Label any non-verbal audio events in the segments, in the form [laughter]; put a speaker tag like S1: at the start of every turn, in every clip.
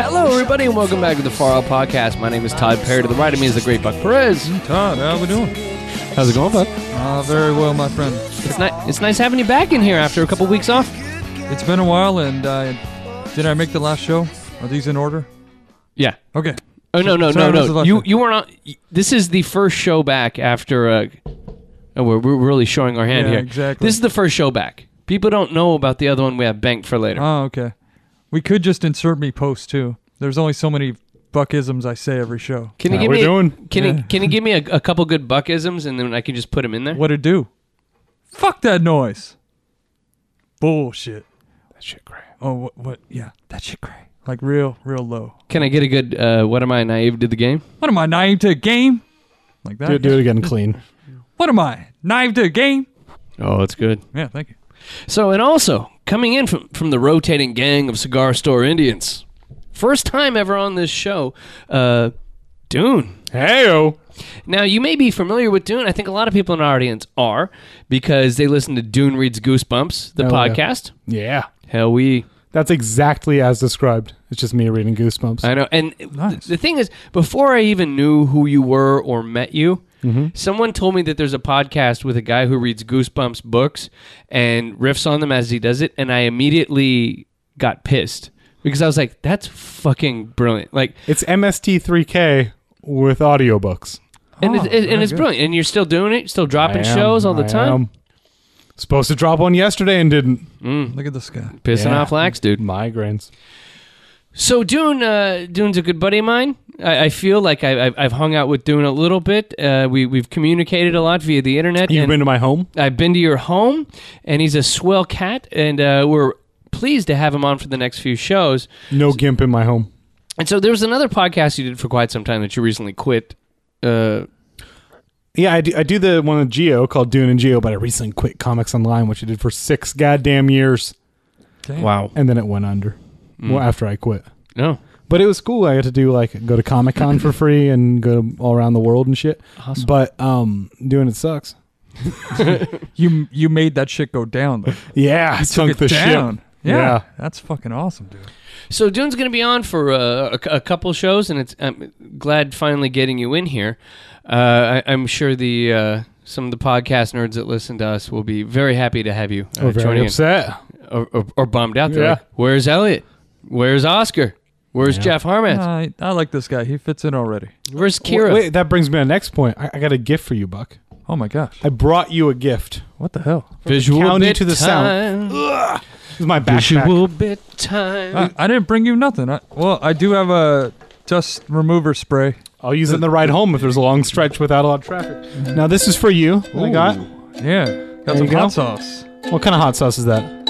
S1: everybody, and welcome back to the Far Out Podcast. My name is Todd Perry. To the right of me is the great Buck Perez.
S2: Todd, how we doing?
S1: How's it going, Buck?
S2: Uh, very well, my friend.
S1: It's, ni- it's nice having you back in here after a couple weeks off.
S2: It's been a while, and uh, did I make the last show? Are these in order?
S1: Yeah.
S2: Okay.
S1: Oh no no
S2: Sorry, I
S1: no
S2: missed the
S1: no!
S2: last
S1: You
S2: one.
S1: you weren't on. This is the first show back after. Uh, oh, we're we're really showing our hand
S2: Yeah,
S1: here.
S2: exactly.
S1: This is the first show back. People don't know about the other one we have banked for later.
S2: Oh, okay. We could just insert me post too. There's only so many buckisms I say every show.
S1: can you
S3: How
S1: give
S3: we
S1: me
S3: doing?
S1: Can you can you give me a, a couple good buckisms and then I can just put them in there?
S2: What it do? Fuck that noise. Bullshit.
S3: That shit cray.
S2: Oh, what? what yeah, that shit cray. Like real, real low.
S1: Can I get a good? Uh, what am I naive to the game?
S2: What am I naive to a game? Like that?
S3: Do, do it again clean.
S2: What am I naive to a game?
S1: Oh, it's good.
S2: Yeah, thank you.
S1: So and also coming in from from the rotating gang of cigar store Indians, first time ever on this show, uh, Dune.
S3: Heyo.
S1: Now, you may be familiar with Dune. I think a lot of people in our audience are because they listen to Dune Reads Goosebumps, the
S3: Oh, yeah.
S1: podcast.
S3: Yeah.
S1: Hell, we.
S3: That's exactly as described. It's just me reading Goosebumps.
S1: I know. And
S2: Nice.
S1: th- the thing is, before I even knew who you were or met you,
S3: Mm-hmm.
S1: someone told me that there's a podcast with a guy who reads Goosebumps books and riffs on them as he does it. And I immediately got pissed because I was like, that's fucking brilliant. Like,
S3: it's MST3K with audiobooks.
S1: and,
S2: Oh,
S1: it's it, and
S2: very
S1: it's
S2: good.
S1: books. And you're still doing it, still dropping
S3: I am-
S1: shows all the
S3: I
S1: time.
S3: am. Supposed to drop one yesterday and didn't.
S2: Look at this guy.
S1: Pissing
S3: Yeah.
S1: off Lax, dude.
S3: Migraines.
S1: So Dune, uh, Dune's a good buddy of mine. I, I feel like I, I've, I've hung out with Dune a little bit. Uh, we we've communicated a lot via the internet.
S3: You've
S1: and
S3: been to my home?
S1: I've been to your home, and he's a swell cat, and uh, we're pleased to have him on for the next few shows.
S3: No gimp in my home.
S1: And so there was another podcast you did for quite some time that you recently quit. Uh,
S3: Yeah, I do, I do the one with Geo called Dune and Geo, but I recently quit Comics Online, which I did for six goddamn years,
S2: Damn.
S1: wow.
S3: and then it went under. Well,
S1: Mm.
S3: after I quit.
S1: No.
S3: But it was cool. I got to do like go to Comic Con for free and go all around the world and shit.
S1: Awesome.
S3: But um, doing it sucks.
S2: You you made that shit go down though.
S3: Yeah, I
S2: Took
S3: sunk
S2: it
S3: the
S2: down.
S3: ship.
S2: Yeah,
S3: Yeah.
S2: that's fucking awesome, dude.
S1: So Dune's going to be on for uh, a, a couple shows, and it's I'm glad finally getting you in here. Uh, I, I'm sure the uh, some of the podcast nerds that listen to us will be very happy to have you uh,
S3: We're Oh, very
S1: joining
S3: upset.
S1: in, or, or, or bummed out. They're
S3: Yeah.
S1: like, "Where's Elliot? Where's Oscar? Where's
S3: Yeah.
S1: Jeff Harmatz?
S2: Nah, I, I like this guy. He fits in already.
S1: Where's Kira?"
S3: Wait, that brings me to the next point. I, I got a gift for you, Buck.
S2: Oh my gosh.
S3: I brought you a gift.
S2: What the hell?
S1: Visual
S3: county
S1: bit
S3: to the
S1: time.
S3: sound. This is my backpack.
S1: Visual bit time.
S2: I, I didn't bring you nothing. I, well, I do have a dust remover spray.
S3: I'll use it in the ride home if there's a long stretch without a lot of traffic. Now this is for you. What I got?
S2: Yeah, got
S3: There
S2: some
S3: you go.
S2: hot sauce.
S3: What kind of hot sauce is that?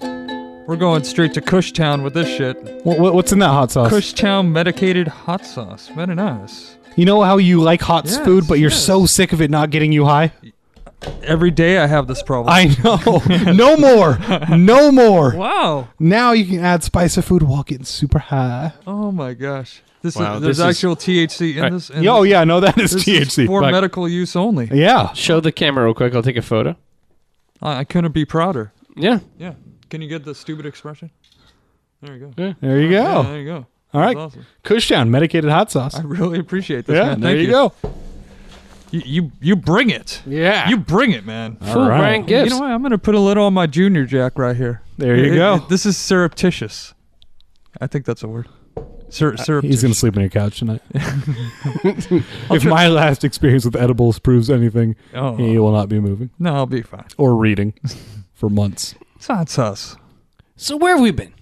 S2: We're going straight to Kushtown with this shit.
S3: What, what, what's in that hot sauce?
S2: Kushtown medicated hot sauce. Very nice.
S3: You know how you like hot
S2: Yes,
S3: food, but you're
S2: yes.
S3: so sick of it not getting you high.
S2: Every day I have this problem.
S3: I know. [laughs] no more. No [laughs] more.
S2: wow.
S3: Now you can add spice of food while getting super high.
S2: Oh my gosh. This
S1: Wow,
S2: is, there's
S1: this is-
S2: actual THC in
S1: Right.
S2: this. And
S3: Yo, yeah, no, that is
S2: This
S3: THC.
S2: is for
S3: Fuck.
S2: medical use only.
S3: yeah.
S1: Show the camera real quick. I'll take a photo.
S2: I, I couldn't be prouder.
S1: Yeah.
S2: Yeah. Can you get the stupid expression? There you go.
S3: There you
S2: Yeah,
S3: go.
S2: there you go.
S3: All
S2: That's
S3: right.
S2: awesome.
S3: Kushtown, medicated hot sauce.
S2: I really appreciate this,
S3: yeah,
S2: man.
S3: there
S2: Thank
S3: you, go.
S2: You, you you bring it.
S3: Yeah. Uh,
S2: You bring it, man.
S1: Full
S3: right.
S1: brand gifts.
S2: You know what? I'm gonna put a little on my junior jack right here.
S3: There you
S2: It- it-
S3: go.
S2: it- this is surreptitious. I think that's a word. Sur-
S3: Uh, He's
S2: surreptitious.
S3: going to sleep on your
S2: [laughs]
S3: couch tonight. if my last experience with edibles proves anything,
S2: Oh.
S3: he will not be moving
S2: No, I'll be fine.
S3: or reading [laughs] for months.
S2: It's hot sauce.
S1: So where have we been?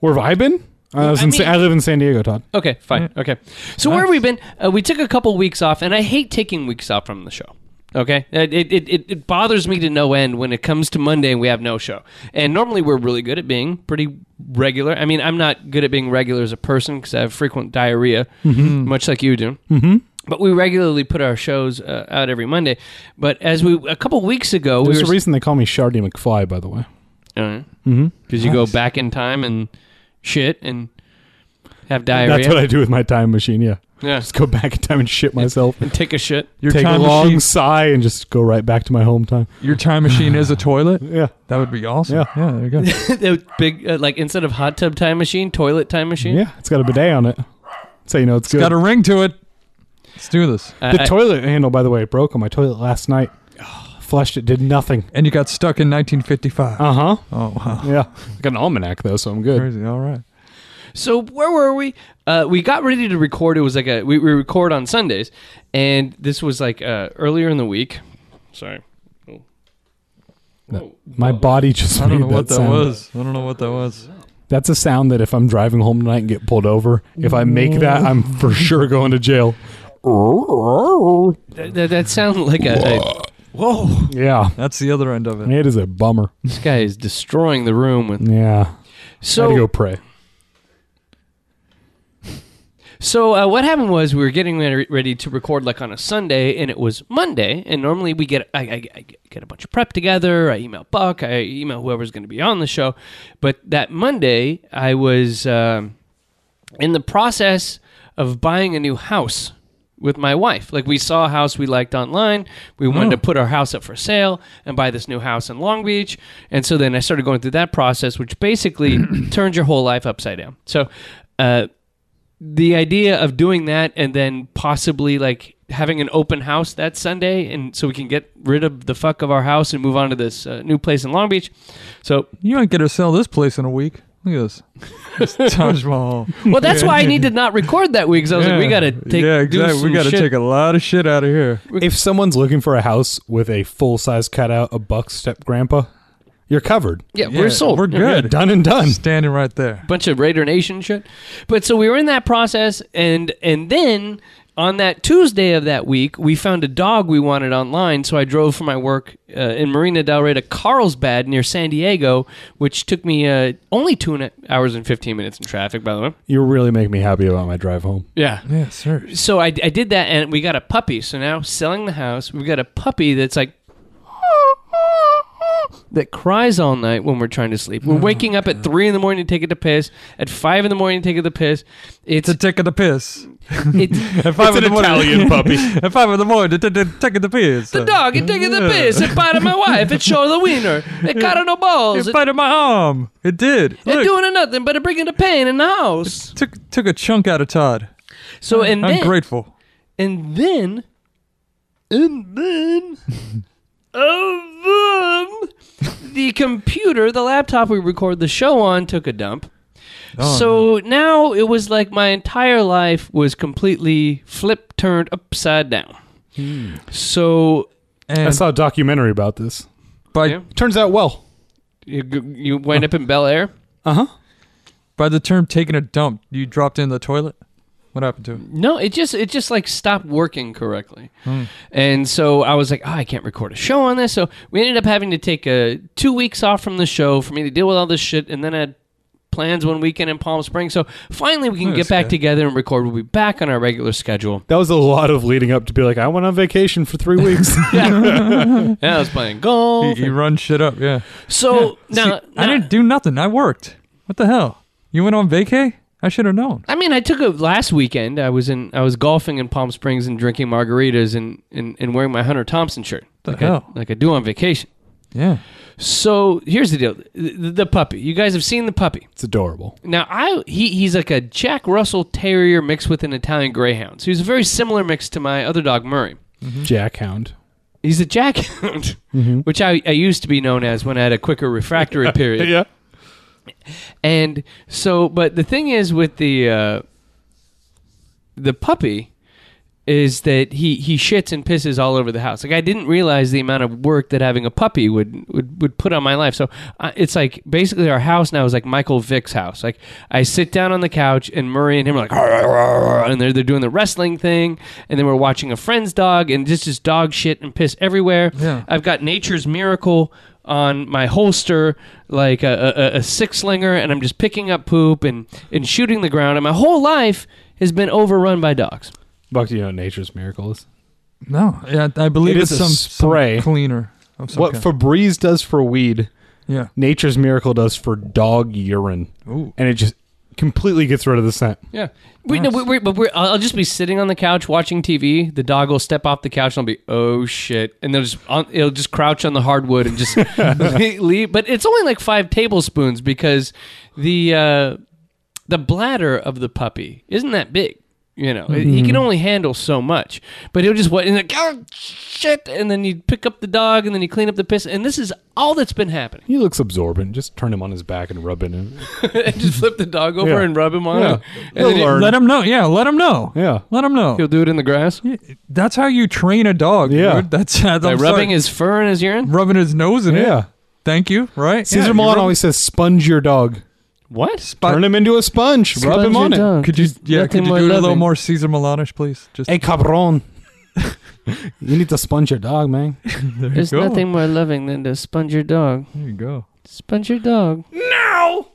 S3: Where have I been? I, was
S1: I
S3: in Sa-
S1: mean-
S3: I live in San Diego, Todd.
S1: Okay, fine.
S3: Mm.
S1: Okay. So where have we been? Uh, we took a couple weeks off, and I hate taking weeks off from the show. Okay, it, it, it, it bothers me to no end when it comes to Monday and we have no show. And normally we're really good at being pretty regular. I mean, I'm not good at being regular as a person because I have frequent diarrhea, much like you do. Mm-hmm. But we regularly put our shows uh, out every Monday. But as we a couple weeks
S2: Oh,
S1: ago,
S3: There's
S1: we
S3: a
S1: were
S3: reason they call me Shardy McFly, by the way.
S1: because you go back in time and shit and have diarrhea.
S3: That's what I do with my time machine, yeah.
S1: Yeah.
S3: Just go back in time and shit myself.
S1: And take a shit.
S2: Your
S3: Take a
S2: time
S3: long
S2: machine.
S3: sigh and just go right back to my home time.
S2: Your time machine is a toilet.
S3: Yeah.
S2: That would be awesome.
S3: Yeah.
S2: Yeah, there you go.
S1: That big, uh, like instead of hot tub time machine, toilet time machine.
S3: Yeah. It's got a bidet on it. So you know it's, good.
S2: Got a ring to it. Let's do this.
S1: Uh, I-
S3: the
S1: I-
S3: toilet handle, by the way, broke on my toilet last night. Flushed it, did nothing.
S2: And you got stuck in 1955.
S3: Uh huh.
S2: oh wow,
S3: Yeah. I got an almanac though, so I'm good.
S2: crazy. All right.
S1: So where were we? Uh, we got ready to record. It was like a we, we record on Sundays, and this was like uh, earlier in the week. Sorry. Oh. Whoa.
S3: My body just.
S2: I don't
S3: made
S2: know what that
S3: sound.
S2: was. I don't know what that was.
S3: That's a sound that if I'm driving home tonight and get pulled over, if I make that, I'm [laughs] for sure going to [laughs] jail.
S1: That, that, that sounded like a, a-
S2: Whoa,
S3: Yeah.
S2: that's the other end of it.
S3: It is a bummer.
S1: This guy is destroying the room with.
S3: Yeah. I had
S1: So
S3: to go pray.
S1: So uh, what happened was we were getting re- ready to record like on a Sunday, and it was Monday. And normally we get I, I, I get a bunch of prep together. I email Buck. I email whoever's going to be on the show. But that Monday, I was um, in the process of buying a new house with my wife. Like we saw a house we liked online. We wanted to put our house up for sale and buy this new house in Long Beach. And so then I started going through that process, which basically turns your whole life upside down. So. Uh, the idea of doing that and then possibly like having an open house that Sunday, and so we can get rid of the fuck of our house and move on to this uh, new place in Long Beach. So,
S2: You ain't gonna sell this place in a week. Look at this.
S1: [laughs]
S2: It's Taj Mahal.
S1: well,
S2: [laughs]
S1: that's why I need to not record that week because I was like, we gotta take
S2: yeah,
S1: do
S2: exactly.
S1: some
S2: we gotta
S1: shit.
S2: take a lot of shit out of here.
S3: If someone's looking for a house with a full size cutout of Buck's step grandpa, you're covered.
S1: yeah,
S2: Yeah,
S1: we're sold.
S2: We're
S1: Yeah.
S2: good.
S3: Done and done.
S2: Standing right there.
S1: bunch of Raider Nation shit. But so we were in that process, and and then on that Tuesday of that week, we found a dog we wanted online. So I drove from my work uh, in Marina Del Rey to Carlsbad near San Diego, which took me uh, only two and a- hours and fifteen minutes in traffic. By the way,
S3: You really make me happy about my drive home.
S1: yeah.
S2: Yeah, sir.
S1: So I, I did that, and we got a puppy. So now selling the house, we've got a puppy that's like. That cries all night when we're trying to sleep.
S2: Mm.
S1: We're waking up at three in the morning to take it to piss. At five in the morning to take it to piss. It's
S2: [laughs] To take the piss.
S1: it's
S2: At five in the morning. [laughs]
S3: puppy.
S2: At five in the morning. To take the piss.
S1: the dog. It taking the piss. It biting my wife. It showing the wiener. It got on the balls.
S2: It
S1: It,
S2: bited my arm. It did.
S1: it
S2: Look,
S1: doing it nothing but it bringing the pain in the house.
S2: took took a chunk out of Todd.
S1: So and
S2: I'm
S1: then
S2: grateful.
S1: and then and then and then the computer, the laptop we record the show on, took a dump.
S2: Oh,
S1: so now it was like my entire life was completely flip turned upside down. So
S3: I
S2: And
S3: saw a documentary about this.
S2: by
S1: Yeah.
S3: Turns out well.
S1: you, you wind up in Bel Air.
S3: Uh huh.
S2: by the term taking a dump, you dropped in the toilet. What happened to it?
S1: No, it just it just like stopped working correctly, and so I was like, oh, I can't record a show on this. So we ended up having to take uh two weeks off from the show for me to deal with all this shit, and then I had plans one weekend in Palm Springs. So finally, we can get
S2: That's
S1: back
S2: good.
S1: together and record. We'll be back on our regular schedule.
S3: That was a lot of leading up to be like, I went on vacation for three weeks.
S1: Yeah, I was playing
S2: You,
S1: golf.
S2: you run shit up,
S1: [laughs]
S2: yeah.
S3: Oh,
S1: So now, now-
S2: I didn't do nothing. I worked. What the hell? You went on vacay? I should have known.
S1: I mean, I took a last weekend. I was in I was golfing in Palm Springs and drinking margaritas and and, and wearing my Hunter Thompson shirt.
S2: The
S1: like
S2: hell?
S1: I, like I do on vacation.
S2: Yeah.
S1: So here's the deal: the, the puppy. You guys have seen the puppy.
S3: it's adorable.
S1: Now I he he's like a Jack Russell Terrier mixed with an Italian Greyhound. So he's a very similar mix to my other dog Murray.
S3: Jackhound.
S1: He's a Jackhound, which I, I used to be known as when I had a quicker refractory period.
S3: Yeah.
S1: And so, but the thing is with the uh, the puppy is that he he shits and pisses all over the house. Like I didn't realize the amount of work that having a puppy would would, would put on my life. So uh, it's like basically our house now is like Michael Vick's house. Like I sit down on the couch and Murray and him are like "Arr, arr, arr," and they're they're doing the wrestling thing and then we're watching a friend's dog and just just dog shit and piss everywhere.
S2: Yeah.
S1: I've got Nature's Miracle on my holster like a, a, a six slinger and I'm just picking up poop and, and shooting the ground and my whole life has been overrun by dogs.
S3: Buck, do you know what nature's miracle is?
S2: No. Yeah, I believe
S3: It
S2: it's
S3: is a
S2: some some
S3: spray.
S2: cleaner. Of some
S3: What
S2: kind.
S3: Febreze does for weed,
S2: yeah.
S3: nature's miracle does for dog urine.
S2: Ooh.
S3: And it just completely gets rid of the scent.
S1: Yeah. We, no, we, we, but we're, I'll I'll just be sitting on the couch watching TV. The dog will step off the couch and I'll be, oh shit. And they'll just, on, it'll just crouch on the hardwood and
S3: [laughs]
S1: just leave. But it's only like five tablespoons because the, uh, the bladder of the puppy isn't that big. You know, he
S3: Mm-hmm.
S1: can only handle so much, but he'll just what and like oh shit, and then you pick up the dog, and then you clean up the piss, and this is all that's been happening. [laughs]
S3: He looks absorbent. Just turn him on his back and rub it in.
S1: and just flip the dog over
S3: Yeah.
S1: and rub him on,
S3: Yeah.
S1: and then
S3: He'll learn.
S1: he-
S2: Let him know. Yeah, let him know.
S3: Yeah.
S2: Let him know.
S1: he'll do it in the grass.
S2: That's how you train a dog,
S3: Yeah.
S2: dude. That's how
S1: By rubbing his fur and his urine?
S2: rubbing his nose in it.
S3: Yeah.
S2: Thank you. Right.
S3: Caesar
S2: Yeah, you
S3: Milan
S2: rub-
S3: always says, "Sponge your dog.
S1: What?
S2: Spot-
S3: Turn him into a sponge. rub him on it."
S2: Could you? Yeah.
S1: nothing
S2: Could you
S1: more
S2: do it a little
S1: loving.
S2: more Caesar Milanish, please? Just
S3: Hey, cabron. [laughs] you need to sponge your dog, man.
S2: there
S1: There's
S2: you go.
S1: nothing more loving than to sponge your dog.
S2: There you go.
S1: Sponge your dog.
S3: No.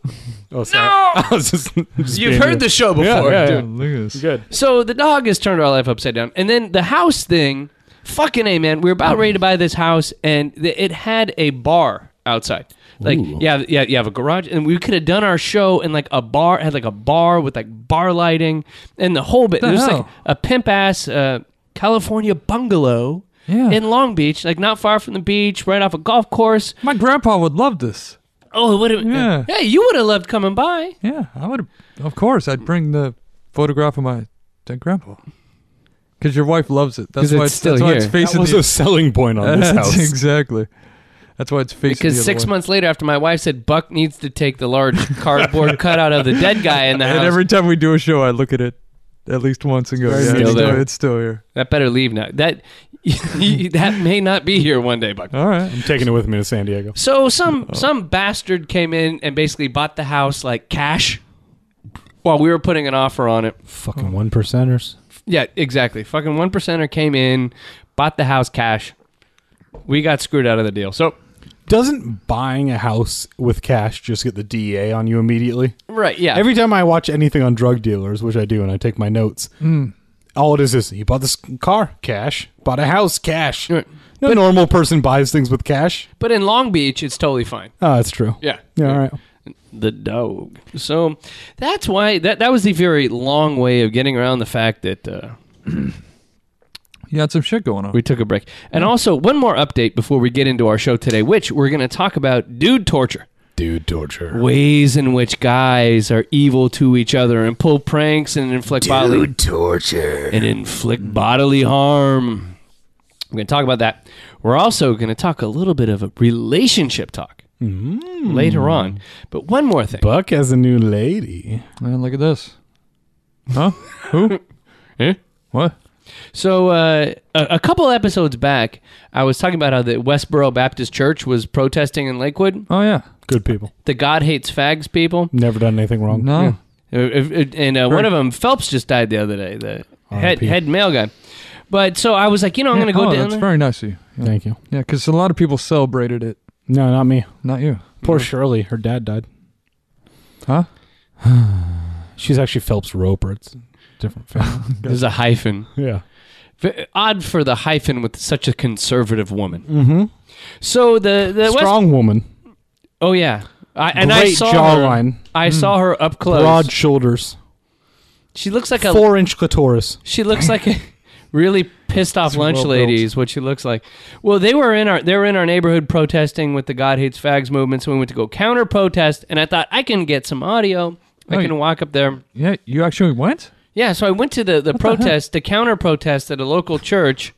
S3: Oh, sorry. [laughs] I was just, just being weird.
S1: the show
S3: Yeah, yeah,
S2: Yeah,
S3: yeah.
S2: look at this.
S3: Good.
S1: So the dog has turned our life upside down. And then the house thing, fucking A, man. We were about ready to buy this house, and th- it had a bar outside. Like,
S3: Ooh.
S1: yeah, yeah, you have a garage, and we could have done our show in like a bar, had like a bar with like bar lighting and the whole bit.
S2: The
S1: There's like
S2: hell?
S1: a pimp ass uh, California bungalow
S2: Yeah.
S1: in Long Beach, like not far from the beach, right off a golf course.
S2: My grandpa would love this.
S1: Oh, it would have.
S2: Yeah.
S1: Hey, you would have loved coming by.
S2: Yeah, I would. Of course, I'd bring the photograph of my dead grandpa.
S3: Oh.
S2: Because your wife loves it. That's
S1: 'Cause
S2: why
S1: it's
S2: it's
S1: still
S2: that's why it's
S1: here.
S3: That
S2: facing
S3: was
S2: the,
S3: a selling point
S2: [laughs]
S3: on this
S2: That's
S3: house.
S2: Exactly. That's why it's facing the
S1: Because
S2: other
S1: six
S2: way.
S1: months later, after my wife said Buck needs to take the
S2: [laughs]
S1: large cardboard cutout of the dead guy in the house,
S2: And every time we do a show, I look at it at least once and go,
S3: It's
S2: "Yeah,
S3: still
S2: it's still,
S1: there.
S2: it's still here."
S1: that better leave now. That [laughs] that may not be here one day, Buck.
S2: All right.
S3: I'm taking it with me to San Diego.
S1: So some
S2: Oh.
S1: some bastard came in and basically bought the house like cash, while we were putting an offer on it.
S3: Fucking one percenters.
S1: Yeah, exactly. Fucking one percenter came in, bought the house cash. We got screwed out of the deal. So
S3: Doesn't buying a house with cash just get the DEA on you immediately?
S1: right, yeah.
S3: Every time I watch anything on drug dealers, which I do, and I take my notes,
S2: Hmm.
S3: all it is is you bought this car, cash. Bought a house, cash.
S1: Right.
S3: No normal person buys things with cash.
S1: but in Long Beach, it's totally fine.
S3: Oh, that's true.
S1: Yeah.
S3: Yeah, all right.
S1: the dog. So that's why that that was the very long way of getting around the fact that uh,
S2: You had some shit going on.
S1: we took a break. And also one more update before we get into our show today, which we're going to talk about dude torture,
S3: Dude torture.
S1: ways in which guys are evil to each other and pull pranks and inflict bodily
S3: torture.
S1: and inflict bodily harm. We're going to talk about that. We're also going to talk a little bit of a relationship talk later on. But one more thing.
S3: Buck has a new lady.
S2: Man, look at this. Huh? Who?
S1: Eh?
S2: What?
S1: So uh, a, a couple episodes back, I was talking about how the Westboro Baptist Church was protesting in Lakewood,
S2: Oh yeah.
S3: Good people.
S1: the God hates fags people,
S3: Never done anything wrong.
S2: No.
S1: Uh, uh, and uh, one of them, Phelps, just died the other day, the head,
S3: R.I.P..
S1: head male guy. But so I was like, you know, I'm
S2: Yeah,
S1: going to go
S2: oh,
S1: down
S2: That's
S1: there.
S2: very nice of you. Yeah,
S3: Thank you.
S2: yeah, because a lot of people celebrated it.
S3: No, not me.
S2: Not you.
S3: Poor Shirley. Her dad died.
S2: Huh?
S3: [sighs] She's actually Phelps Roper. It's a different family.
S1: There's a hyphen.
S3: yeah.
S1: V- Odd for the hyphen with such a conservative woman.
S3: Mm-hmm.
S1: So the the West-
S3: Strong woman.
S1: Oh yeah, I, and
S3: Great
S1: I saw Her,
S3: jawline. Mm.
S1: I saw her up close.
S3: Broad shoulders.
S1: She looks like a
S3: Four inch clitoris.
S1: She looks like a really pissed off
S2: It's
S1: lunch
S2: well
S1: lady
S2: built.
S1: is what she looks like. Well, they were in our they were in our neighborhood protesting with the God hates fags movement, so we went to go counter protest and I thought I can get some audio. I
S2: Oh,
S1: can
S2: you-
S1: walk up there.
S2: Yeah, you actually went.
S1: Yeah, so I went to the, the protest, the counter protest at a local church,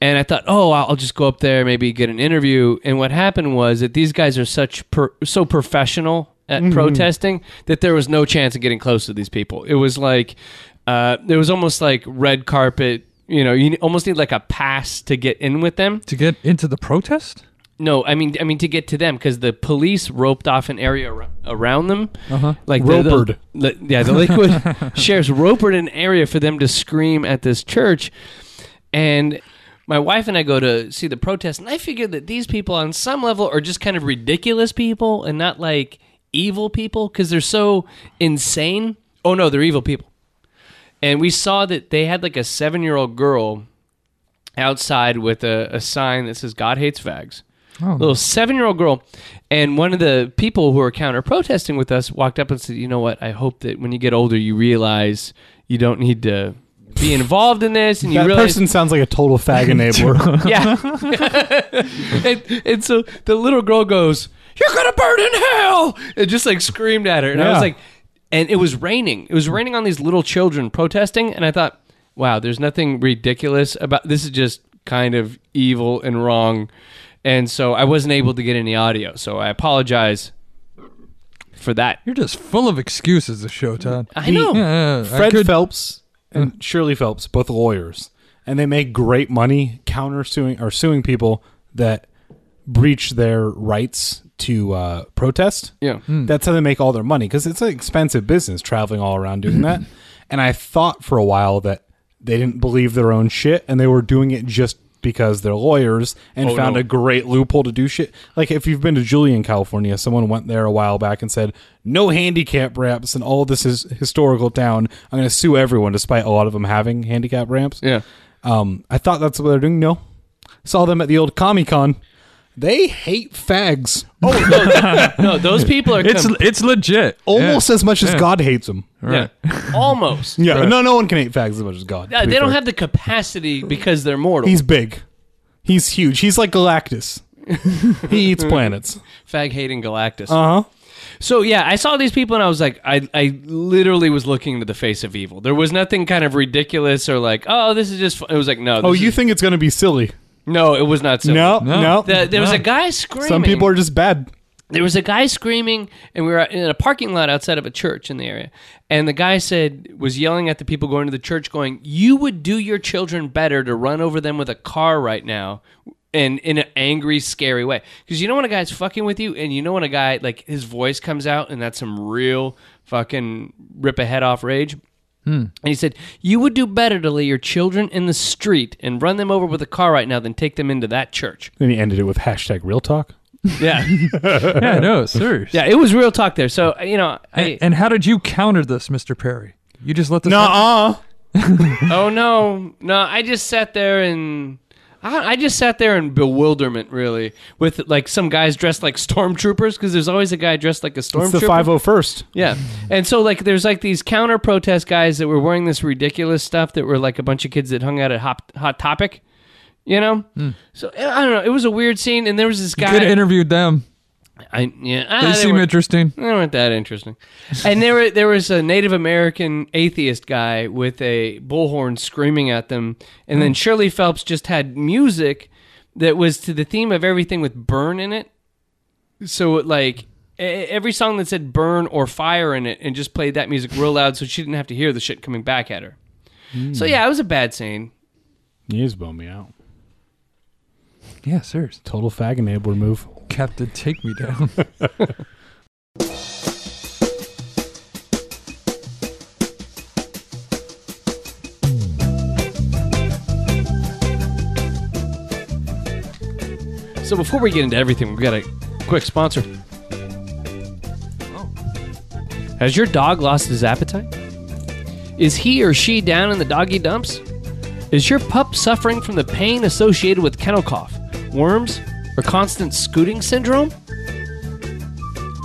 S1: and I thought, oh, I'll I'll just go up there, maybe get an interview. And what happened was that these guys are such per, so professional at protesting that there was no chance of getting close to these people. It was like uh, there was almost like red carpet. You know, you almost need like a pass to get in with them.
S2: To get into the protest?
S1: No, I mean, I mean to get to them because the police roped off an area ar- around them,
S2: Uh-huh.
S1: like the- the-
S3: Ropered.
S1: the- yeah, the Lakewood [laughs] sheriffs ropered an area for them to scream at this church, and my wife and I go to see the protest, and I figure that these people, on some level, are just kind of ridiculous people and not like evil people because they're so insane. Oh no, they're evil people, and we saw that they had like a seven-year-old girl outside with a, a sign that says "God hates fags."
S2: Oh,
S1: little seven year old girl. And one of the people who were counter protesting with us walked up and said, You know what? I hope that when you get older, you realize you don't need to be involved in this. And you
S3: that
S1: realize.
S3: person sounds like a
S2: [laughs]
S3: total fag enabler.
S1: yeah. [laughs] and, and so the little girl goes, You're going to burn in hell. And just like screamed at her. And I
S3: Yeah.
S1: was like, And it was raining. It was raining on these little children protesting. And I thought, Wow, there's nothing ridiculous about this. Is just kind of evil and wrong. And so I wasn't able to get any audio. So I apologize for that.
S2: You're just full of excuses this show, Todd.
S1: I know.
S2: Yeah, I
S3: Fred
S2: could-
S3: Phelps and Shirley Phelps, both lawyers, and they make great money counter suing or suing people that breach their rights to uh, protest.
S1: Yeah.
S2: Hmm.
S3: That's how they make all their money because it's an expensive business traveling all around doing [clears throat] that. And I thought for a while that they didn't believe their own shit and they were doing it just because they're lawyers and
S1: Oh,
S3: found
S1: no.
S3: a great loophole to do shit. Like if you've been to Julian, California, someone went there a while back and said, no handicap ramps and all this is historical town. I'm going to sue everyone despite a lot of them having handicap ramps.
S1: [laughs] Yeah.
S3: Um, I thought that's what they're doing. No. Saw them at the old Comic Con. They hate fags [laughs]
S1: Oh, no, no, those people are.
S2: It's
S1: com-
S2: it's legit.
S3: almost as much as
S2: Yeah.
S3: God hates them.
S1: yeah. Almost.
S3: Yeah,
S2: Right.
S3: no, no one can hate fags as much as God.
S1: Yeah,
S3: to be
S1: they don't
S3: fair.
S1: have the capacity because they're mortal.
S3: He's big. He's huge. He's like Galactus. he eats planets.
S1: Fag hating Galactus.
S3: Uh huh.
S1: So yeah, I saw these people and I was like, I, I literally was looking into the face of evil. There was nothing kind of ridiculous or like, oh, this is just. Fun. It was like, no,
S3: Oh,
S1: this
S3: you
S1: is-
S3: think it's gonna be silly?
S1: no, it was not. Silly.
S3: No,
S2: No.
S3: no.
S1: The- there was
S2: No.
S1: a guy screaming.
S3: Some people are just bad.
S1: There was a guy screaming, and we were in a parking lot outside of a church in the area. And the guy said was yelling at the people going to the church, going, "You would do your children better to run over them with a car right now." And in an angry, scary way, because you know when a guy's fucking with you, and you know when a guy like his voice comes out, and that's some real fucking rip a head off rage. And he said, "You would do better to lay your children in the street and run them over with a car right now than take them into that church."
S3: Then he ended it with hashtag real talk.
S1: Yeah,
S2: Yeah, no,
S1: [laughs]
S2: serious.
S1: yeah, it was real talk there. So you know, I,
S2: And, and how did you counter this, Mr. Perry? You just let this. happen?
S3: uh.
S1: Oh no, no! I just sat there and I, I just sat there in bewilderment, really, with like some guys dressed like stormtroopers because there's always a guy dressed like a
S3: [laughs] It's the
S1: stormtrooper.
S3: five oh first.
S1: yeah, and so like there's like these counter protest guys that were wearing this ridiculous stuff that were like a bunch of kids that hung out at Hot, Hot Topic, you know.
S3: Hmm.
S1: So I don't know. It was a weird scene, and there was this
S2: You
S1: guy.
S2: could have interviewed them.
S1: I, yeah, ah,
S2: They
S1: they
S2: seem
S1: were-
S2: interesting.
S1: they weren't that interesting. And there were there was a Native American atheist guy with a bullhorn screaming at them, and then Shirley Phelps just had music that was to the theme of everything with burn in it. So it, like e- every song that said burn or fire in it, and just played that music real loud, so she didn't have to hear the shit coming back at her. So yeah, it was a bad scene.
S3: You just bummed me out.
S2: Yeah, serious.
S3: Total fag enabler move.
S2: Captain, take me
S3: [laughs]
S2: down.
S1: So before we get into everything, we've got a quick sponsor. Has your dog lost his appetite? Is he or she down in the doggy dumps? Is your pup suffering from the pain associated with kennel cough, worms, or constant scooting syndrome?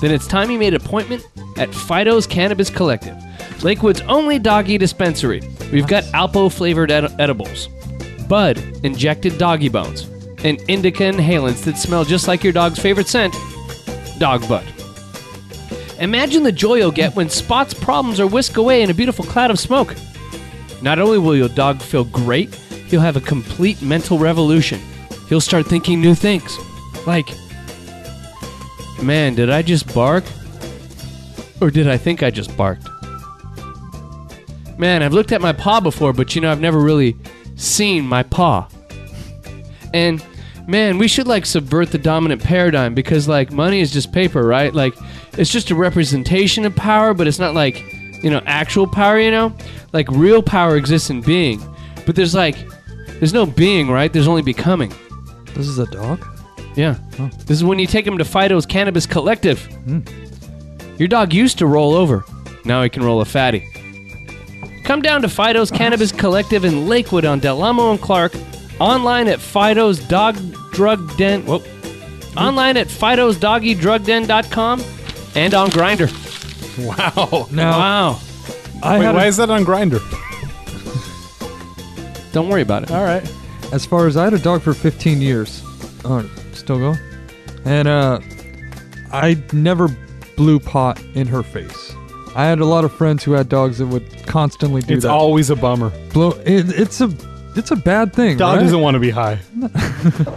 S1: Then it's time you made an appointment at Fido's Cannabis Collective, Lakewood's only doggy dispensary. We've got Alpo flavored ed- edibles, Bud injected doggy bones, and indica inhalants that smell just like your dog's favorite scent, dog butt. Imagine the joy you'll get when Spot's problems are whisked away in a beautiful cloud of smoke. Not only will your dog feel great, he'll have a complete mental revolution. He'll start thinking new things. Like, man, did I just bark? Or did I think I just barked? Man, I've looked at my paw before, but you know, I've never really seen my paw. And man, we should like subvert the dominant paradigm because like money is just paper, right? Like it's just a representation of power, but it's not like, you know, actual power, you know? Like real power exists in being. But there's like there's no being, right? There's only becoming.
S2: this is a dog.
S1: Yeah. This is when you take him to Fido's Cannabis Collective.
S3: Hmm.
S1: Your dog used to roll over. Now he can roll a fatty. Come down to Fido's
S3: Uh-huh.
S1: Cannabis Collective in Lakewood on Delamo and Clark. Online at Fido's Dog Drug Den. Whoop.
S3: Hmm.
S1: online at Fido's Doggy Drug Den.com and on Grinder.
S3: Wow.
S2: Now,
S1: Wow.
S2: I
S3: [laughs] Wait,
S2: had a-
S3: why is that on Grinder?
S1: Don't worry about it.
S3: All right.
S2: as far as I had a dog for 15 years. Oh, still going? And uh, I never blew pot in her face. I had a lot of friends who had dogs that would constantly do
S3: It's
S2: that.
S3: always a bummer.
S2: blow. It, it's a it's a bad thing.
S3: Dog
S2: right?
S3: doesn't want to be [laughs] high.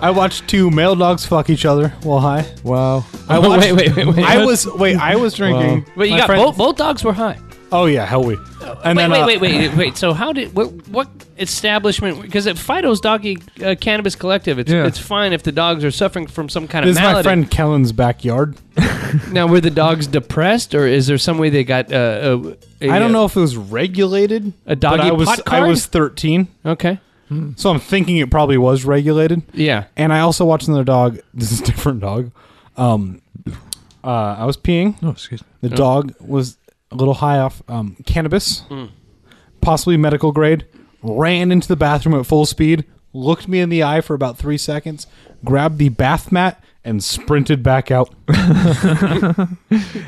S3: I watched two male dogs fuck each other while high.
S2: Wow. Uh-huh.
S3: I
S1: Wait,
S3: watched,
S1: wait, wait, wait.
S3: I was wait. I was drinking.
S1: But you
S3: My
S1: got
S3: friend-
S1: both. Both dogs were high.
S3: Oh yeah, hell we.
S1: wait,
S3: And then,
S1: wait,
S3: uh,
S1: wait, wait, wait. So how did what, what establishment? Because at Fido's Doggy uh, Cannabis Collective, it's
S2: Yeah.
S1: it's fine if the dogs are suffering from some kind
S3: This
S1: of
S3: is my
S1: malady.
S3: friend Kellen's backyard.
S1: Now, were the dogs depressed, or is there some way they got? Uh, I
S3: I don't know if it was regulated.
S1: A doggy
S3: but I was,
S1: pot
S3: I
S1: card?
S3: was 13,
S1: uh, Okay.
S3: so I'm thinking it probably was regulated.
S1: Yeah.
S3: And I also watched another dog. [laughs] This is a different dog. Um, uh, I was peeing.
S2: Oh, excuse me.
S3: The dog was a little high off um, cannabis, possibly medical grade. Ran into the bathroom at full speed, looked me in the eye for about three seconds, grabbed the bath mat, and sprinted back out. [laughs]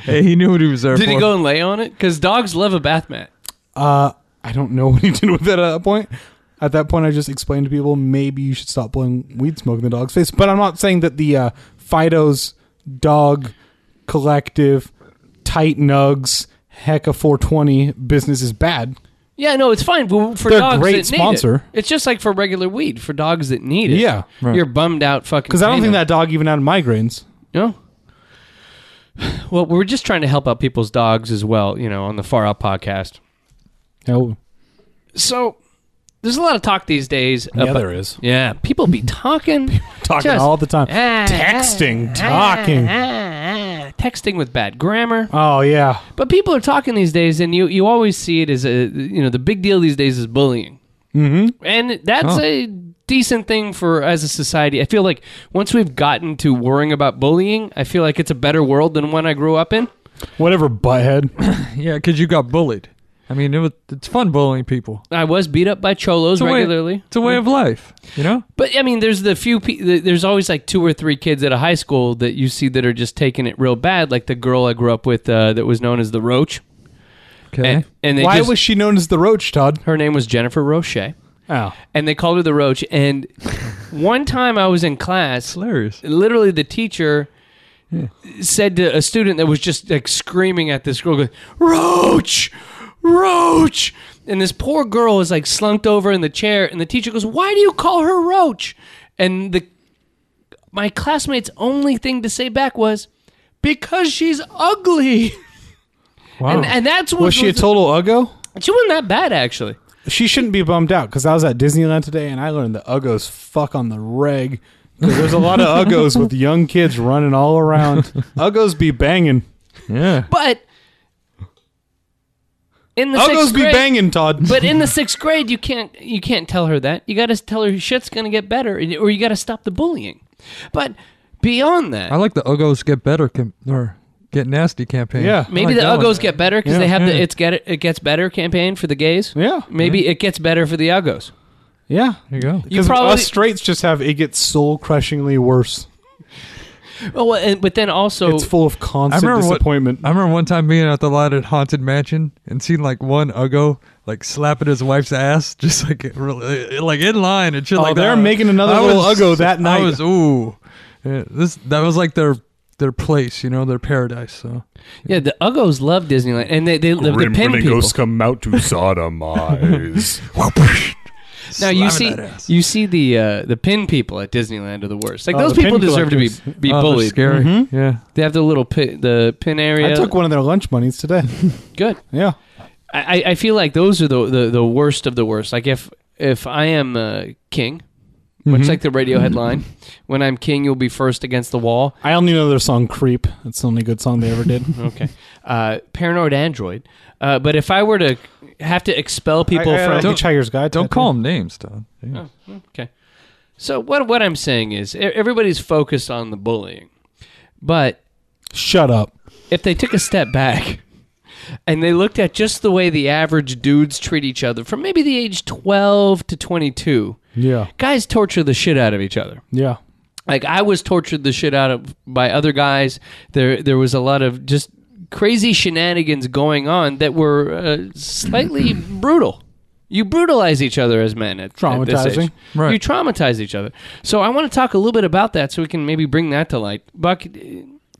S2: Hey, he knew what he was there
S1: Did
S2: for.
S1: he go and lay on it? Because dogs love a bath mat.
S3: Uh, I don't know what he did with it at that point. At that point, I just explained to people maybe you should stop blowing weed smoke in the dog's face. But I'm not saying that the uh, Fido's dog collective, tight nugs, hecka 420 business is bad.
S1: Yeah, no, it's fine for, for
S3: They're a
S1: dogs
S3: great
S1: that need
S3: sponsor.
S1: it. It's just like for regular weed for dogs that need it.
S3: Yeah,
S2: right.
S1: you're bummed out fucking.
S3: Because I don't think
S1: pain.
S3: that dog even had migraines.
S1: No. Well, we're just trying to help out people's dogs as well, you know, on the Far Out podcast.
S3: Hell,
S1: So there's a lot of talk these days. about-
S3: is.
S1: Yeah, people be talking,
S3: Talking
S1: Just- eh.
S3: all the time.
S1: Ah,
S3: Texting, talking.
S1: texting with bad grammar.
S3: Oh, yeah.
S1: But people are talking these days, and you, you always see it as a you know the big deal these days is bullying, mm-hmm. and that's
S2: Oh.
S1: a decent thing for as a society. I feel like once we've gotten to worrying about bullying, I feel like it's a better world than one I grew up in.
S3: Whatever, butthead.
S2: Yeah, because you got bullied. I mean, it was, it's fun bullying people.
S1: I was beat up by cholos
S2: It's a way-
S1: regularly.
S2: It's a way of life, you know.
S1: But I mean, there's the few. Pe- th- there's always like two or three kids at a high school that you see that are just taking it real bad. Like the girl I grew up with uh, that was known as the Roach,
S2: Okay.
S1: and, and they
S3: [clears throat] Why
S1: just-
S3: was she known as the Roach, Todd?
S1: her name was Jennifer Roche,
S3: Oh.
S1: and they called her the Roach. And [laughs] one time I was in class,
S2: Hilarious.
S1: literally the teacher said to a student that was just like screaming at this girl, going, "Roach, Roach!" And this poor girl is like slunked over in the chair, and the teacher goes, "Why do you call her Roach?" And the my classmate's only thing to say back was, "Because she's
S3: [laughs]
S1: ugly."
S2: Wow.
S1: And, and that's what
S3: Was she a total uggo?
S1: she wasn't that bad actually.
S3: She shouldn't be bummed out because I was at Disneyland today and I learned that uggos fuck on the reg. 'Cause there's
S1: [laughs]
S3: a lot of uggos with young kids running all around. Uggos be banging.
S2: yeah.
S1: But in the
S3: Uggos
S1: sixth
S3: be
S1: grade-
S3: banging, Todd.
S1: But in the sixth grade, you can't you can't tell her that. You got to tell her shit's gonna get better, and- or you got to stop the bullying. But beyond
S2: I
S1: that,
S2: like the Uggos get better com- or get nasty campaign. Oh
S3: Yeah.
S2: I
S1: maybe
S2: like
S1: the
S2: that
S1: uggos
S2: one.
S1: get better because
S2: Yeah,
S1: they have
S2: yeah.
S1: the it's get it gets better campaign for the gays.
S3: yeah,
S1: Maybe it gets better for the uggos.
S3: yeah.
S2: There you go.
S1: You
S3: Because
S1: probably
S3: us straights just have it gets soul crushingly worse.
S1: oh, well, and, but then also
S3: It's full of constant
S2: I remember what-
S3: disappointment.
S2: I remember one time being at the lot at Haunted Mansion and seeing like one Uggo like slapping his wife's ass, [laughs] just like really, like in line and shit
S3: Oh,
S2: like that.
S3: they're making another
S2: I
S3: little
S2: was-
S3: Uggo that night.
S2: I was ooh, Yeah, this that was like their their place, you know, their paradise. So
S1: yeah, the uggos love Disneyland, and they they, they
S4: Grim
S1: pin people.
S4: ghosts come out to sodomize.
S1: Now you see
S2: Slapping that ass.
S1: you see the uh, the pin people at Disneyland are the worst. Like
S3: Oh,
S1: those
S3: the pin
S1: people deserve to be
S3: collectors.
S1: be
S2: Oh, they're
S1: bullied.
S2: Scary. Yeah.
S1: They have the little pin, the pin area.
S3: I uh, took one of their lunch monies today. [laughs]
S1: good.
S3: yeah,
S1: I, I- I feel like those are the, the the worst of the worst. Like if if I am uh, king, much like the Radiohead line, when I'm king, you'll be first against the wall.
S3: I only know their song "Creep." That's the only good song they ever did.
S1: Okay, [laughs] uh, paranoid android. Uh, but if I were to have to expel people
S3: I, I,
S1: from,
S3: like Hitchhiker's Guide. to
S2: Don't
S3: that
S2: call
S3: too.
S2: them names, Don. Yeah.
S1: Oh. okay. So what what I'm saying is e- everybody's focused on the bullying, but
S3: Shut up.
S1: if they took a step back [laughs] and they looked at just the way the average dudes treat each other from maybe the age 12 to 22,
S3: Yeah,
S1: guys torture the shit out of each other.
S3: yeah.
S1: like I was tortured the shit out of by other guys. There there was a lot of just crazy shenanigans going on that were uh, slightly brutal. You brutalize each other as men at at this age.
S3: Traumatizing.
S2: Right.
S1: You traumatize each other. So I want to talk a little bit about that, so we can maybe bring that to light. Buck,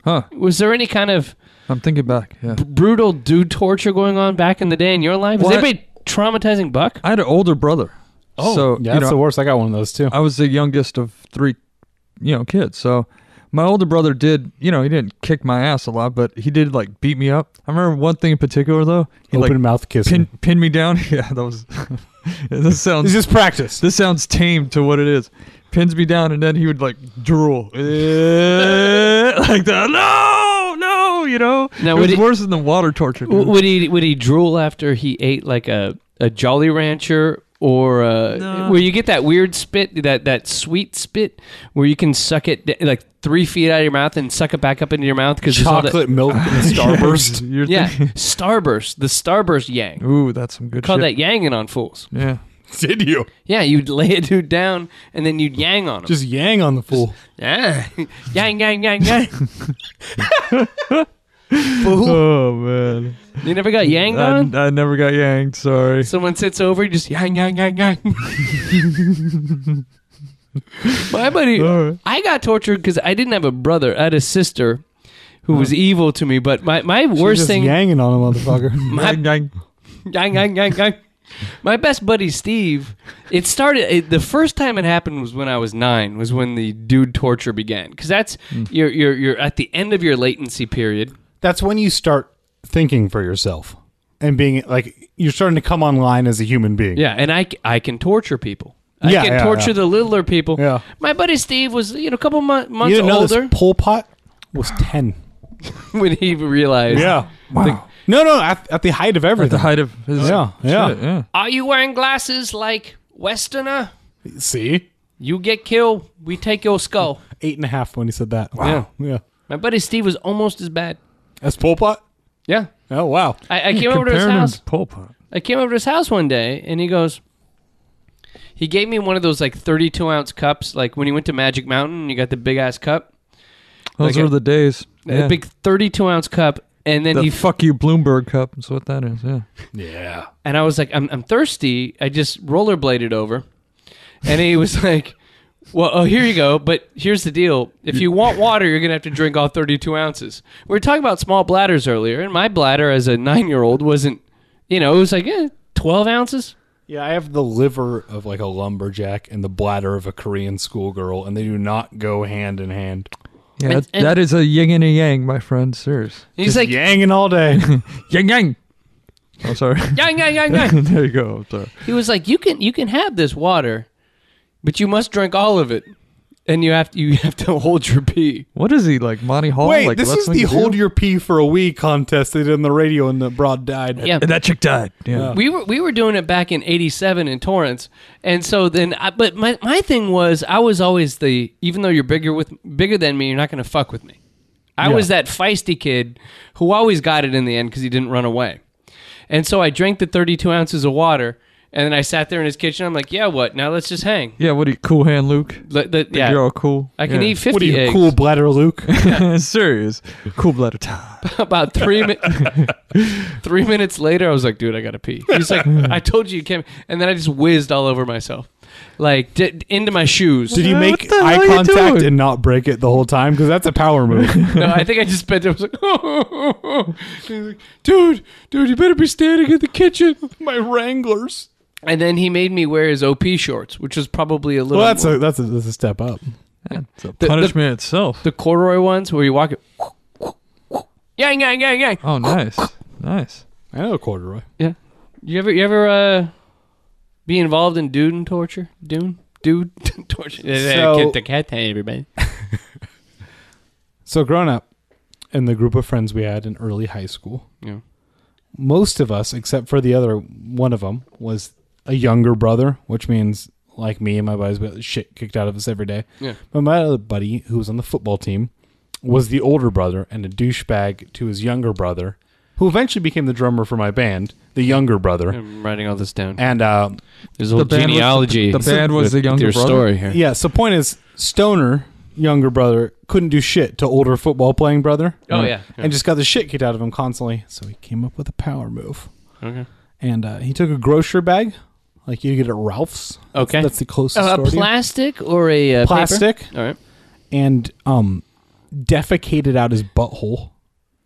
S2: Huh.
S1: was there any kind of
S2: I'm thinking back. Yeah.
S1: brutal dude torture going on back in the day in your life? Is
S2: Well, I-
S1: anybody traumatizing Buck?
S2: I had an older brother.
S3: Oh,
S2: so,
S3: yeah,
S2: you
S3: that's
S2: know, uh,
S3: the worst. I got one of those too.
S2: I was the youngest of three, you know, kids. So my older brother did, you know, he didn't kick my ass a lot, but he did like beat me up. I remember one thing in particular though. He
S3: Open
S2: like
S3: mouth kissing.
S2: pin, pinned me down. [laughs] Yeah, that was. this
S3: It's
S2: sounds
S3: just practice.
S2: this sounds tame to what it is. Pins me down and then he would like drool [laughs] Eh, like that. No, no, you know.
S1: Now,
S2: it
S1: would
S2: was
S1: he-
S2: worse than the water torture. dude.
S1: W- Would he would he drool after he ate like a, a Jolly Rancher or uh,
S2: No.
S1: where you get that weird spit that that sweet spit where you can suck it d- like three feet out of your mouth and suck it back up into your mouth because
S3: Chocolate milk and [laughs] starburst.
S1: [laughs]
S2: You're
S1: yeah,
S2: thinking-
S1: starburst the starburst yang.
S2: Ooh, that's some good
S1: Call
S2: Oh, shit.
S1: that yanging on fools.
S2: Yeah.
S4: Did you?
S1: Yeah, you'd lay a dude down and then you'd yang on him.
S3: Just yang on the fool.
S1: yeah, [laughs] yang yang yang yang.
S2: Oh man.
S1: You never got yanged
S2: I,
S1: on.
S2: I never got yanked. Sorry.
S1: Someone sits over, you just yang yang yang yang. My buddy,
S2: All right.
S1: I got tortured because I didn't have a brother. I had a sister who was evil to me. But my, my worst
S3: just
S1: thing,
S3: Yanging on
S2: [laughs]
S3: a motherfucker.
S1: My-
S2: Yang, yang.
S1: Gang, gang, gang, gang. my best buddy Steve, it started, it, the first time it happened was when I was nine, was when the dude torture began. Because that's,
S3: Hmm.
S1: you're, you're, you're at the end of your latency period.
S3: That's when you start thinking for yourself and being like you're starting to come online as a human being.
S1: Yeah, and I, c- I can torture people. I
S3: Yeah,
S1: can
S3: yeah,
S1: torture
S3: yeah.
S1: the littler people.
S3: Yeah.
S1: My buddy Steve was, you know, a couple mon-
S3: You
S1: months
S3: didn't know
S1: older
S3: this Pol Pot was ten.
S1: [laughs] when he realized,
S3: Yeah. Wow. No, no, at, at the height of everything.
S2: The height of his
S3: Yeah, yeah.
S2: shit, yeah.
S1: are you wearing glasses like Westerner?
S3: See?
S1: You get killed, we take your skull.
S3: Eight and a half when he said that. Yeah. Yeah.
S1: My buddy Steve was almost as bad.
S3: That's Pol Pot?
S1: Yeah.
S3: Oh wow.
S1: I, I came over to his
S2: Comparing him
S1: house.
S2: to Pol Pot.
S1: I came over to his house one day and he goes, he gave me one of those like 32 ounce cups. Like when he went to Magic Mountain, you got the big ass cup,
S2: Those
S1: Like
S2: were
S1: a-
S2: the days.
S1: a
S2: Yeah.
S1: big 32 ounce cup. And then
S2: the
S1: he, f-
S2: fuck you Bloomberg cup. That's what that is. Yeah.
S4: Yeah.
S1: and I was like, I'm, I'm thirsty. I just rollerbladed over. And he was [laughs] like, well, oh, here you go. But here's the deal. If you want water, you're going to have to drink all 32 ounces. We were talking about small bladders earlier. And my bladder as a nine year old wasn't, you know, it was like eh, 12 ounces.
S3: Yeah, I have the liver of like a lumberjack and the bladder of a Korean schoolgirl, and they do not go hand in hand.
S2: Yeah.
S1: And-
S2: that- that is a yin and a yang, my friend. Serious.
S1: And he's
S3: Just
S1: like,
S3: yanging all day.
S2: Yang yang. I'm Oh, sorry.
S1: yang, yang, yang, yang.
S2: [laughs] there you go. I'm sorry.
S1: He was like, "You can you can have this water, but you must drink all of it, and you have to, you have to [laughs] hold your pee."
S2: What is he like? Monty Hall?
S3: Wait,
S2: like,
S3: this
S2: let's
S3: is
S2: make
S3: the
S2: a deal?
S3: hold your pee for a wee contest they did on the radio, and the broad died.
S1: Yeah,
S2: And that chick died. Yeah.
S1: we were we were doing it back in '87 in Torrance, and so then, I, but my my thing was I was always the even though you're bigger with bigger than me, you're not going to fuck with me. I was that feisty kid who always got it in the end because he didn't run away, and so I drank the 32 ounces of water, and then I sat there in his kitchen. I'm like, "Yeah, what? Now let's just hang."
S2: Yeah. What do you cool hand Luke?
S1: Let- let-
S2: You're
S1: yeah,
S2: all cool.
S1: I can
S2: Yeah.
S1: eat 50
S3: What are you,
S1: eggs.
S3: cool bladder Luke?
S2: [laughs] Serious. Cool blooded.
S1: about three mi- [laughs] three minutes later, I was like, "Dude, I gotta pee." He's like, "I told you you can't," and then I just whizzed all over myself, like d- into my shoes.
S3: Did you
S2: What
S3: make
S2: the hell
S3: eye
S2: you
S3: contact
S2: doing?
S3: and not break it the whole time? Because that's a
S1: [laughs]
S3: power move.
S1: no, I think I just bent. there. I was like, He's like, [laughs] "Dude, dude, you better be standing in the kitchen."
S3: My Wranglers.
S1: And then he made me wear his OP shorts, which was probably a little.
S3: Well, that's
S1: more-
S3: a that's a, that's a step up.
S2: That's a
S1: the-
S2: punishment itself.
S1: the corduroy ones where you walk. it- Yang yang yang yang.
S2: Oh, nice. Nice.
S3: I know corduroy.
S1: You ever you ever uh, be involved in Dune torture? Dune. Dude, [laughs] torture.
S3: So-
S1: Get the cat, hey, everybody.
S3: So growing up, and the group of friends we had in early high school,
S1: Yeah.
S3: most of us, except for the other one of them, was a younger brother, which means like me and my buddies, we got shit kicked out of us every day.
S1: Yeah.
S3: But my other buddy, who was on the football team, was the older brother and a douchebag to his younger brother, who eventually became the drummer for my band, the younger brother.
S1: I'm writing all this down.
S3: And uh,
S1: There's a whole
S2: band was-
S1: genealogy.
S2: the band was
S1: with-
S2: the
S1: with
S2: younger
S1: your
S2: brother?
S1: story here.
S3: yeah, so point is, Stoner younger brother couldn't do shit to older football playing brother.
S1: Oh, yeah.
S3: And just got the shit kicked out of him constantly. So he came up with a power move.
S1: Okay.
S3: And uh, he took a grocery bag, like you get at Ralph's.
S1: Okay.
S3: That's the closest
S1: Uh,
S3: store
S1: a
S3: to you.
S1: plastic or a uh, paper?
S3: plastic
S1: All right.
S3: and um defecated out his butthole.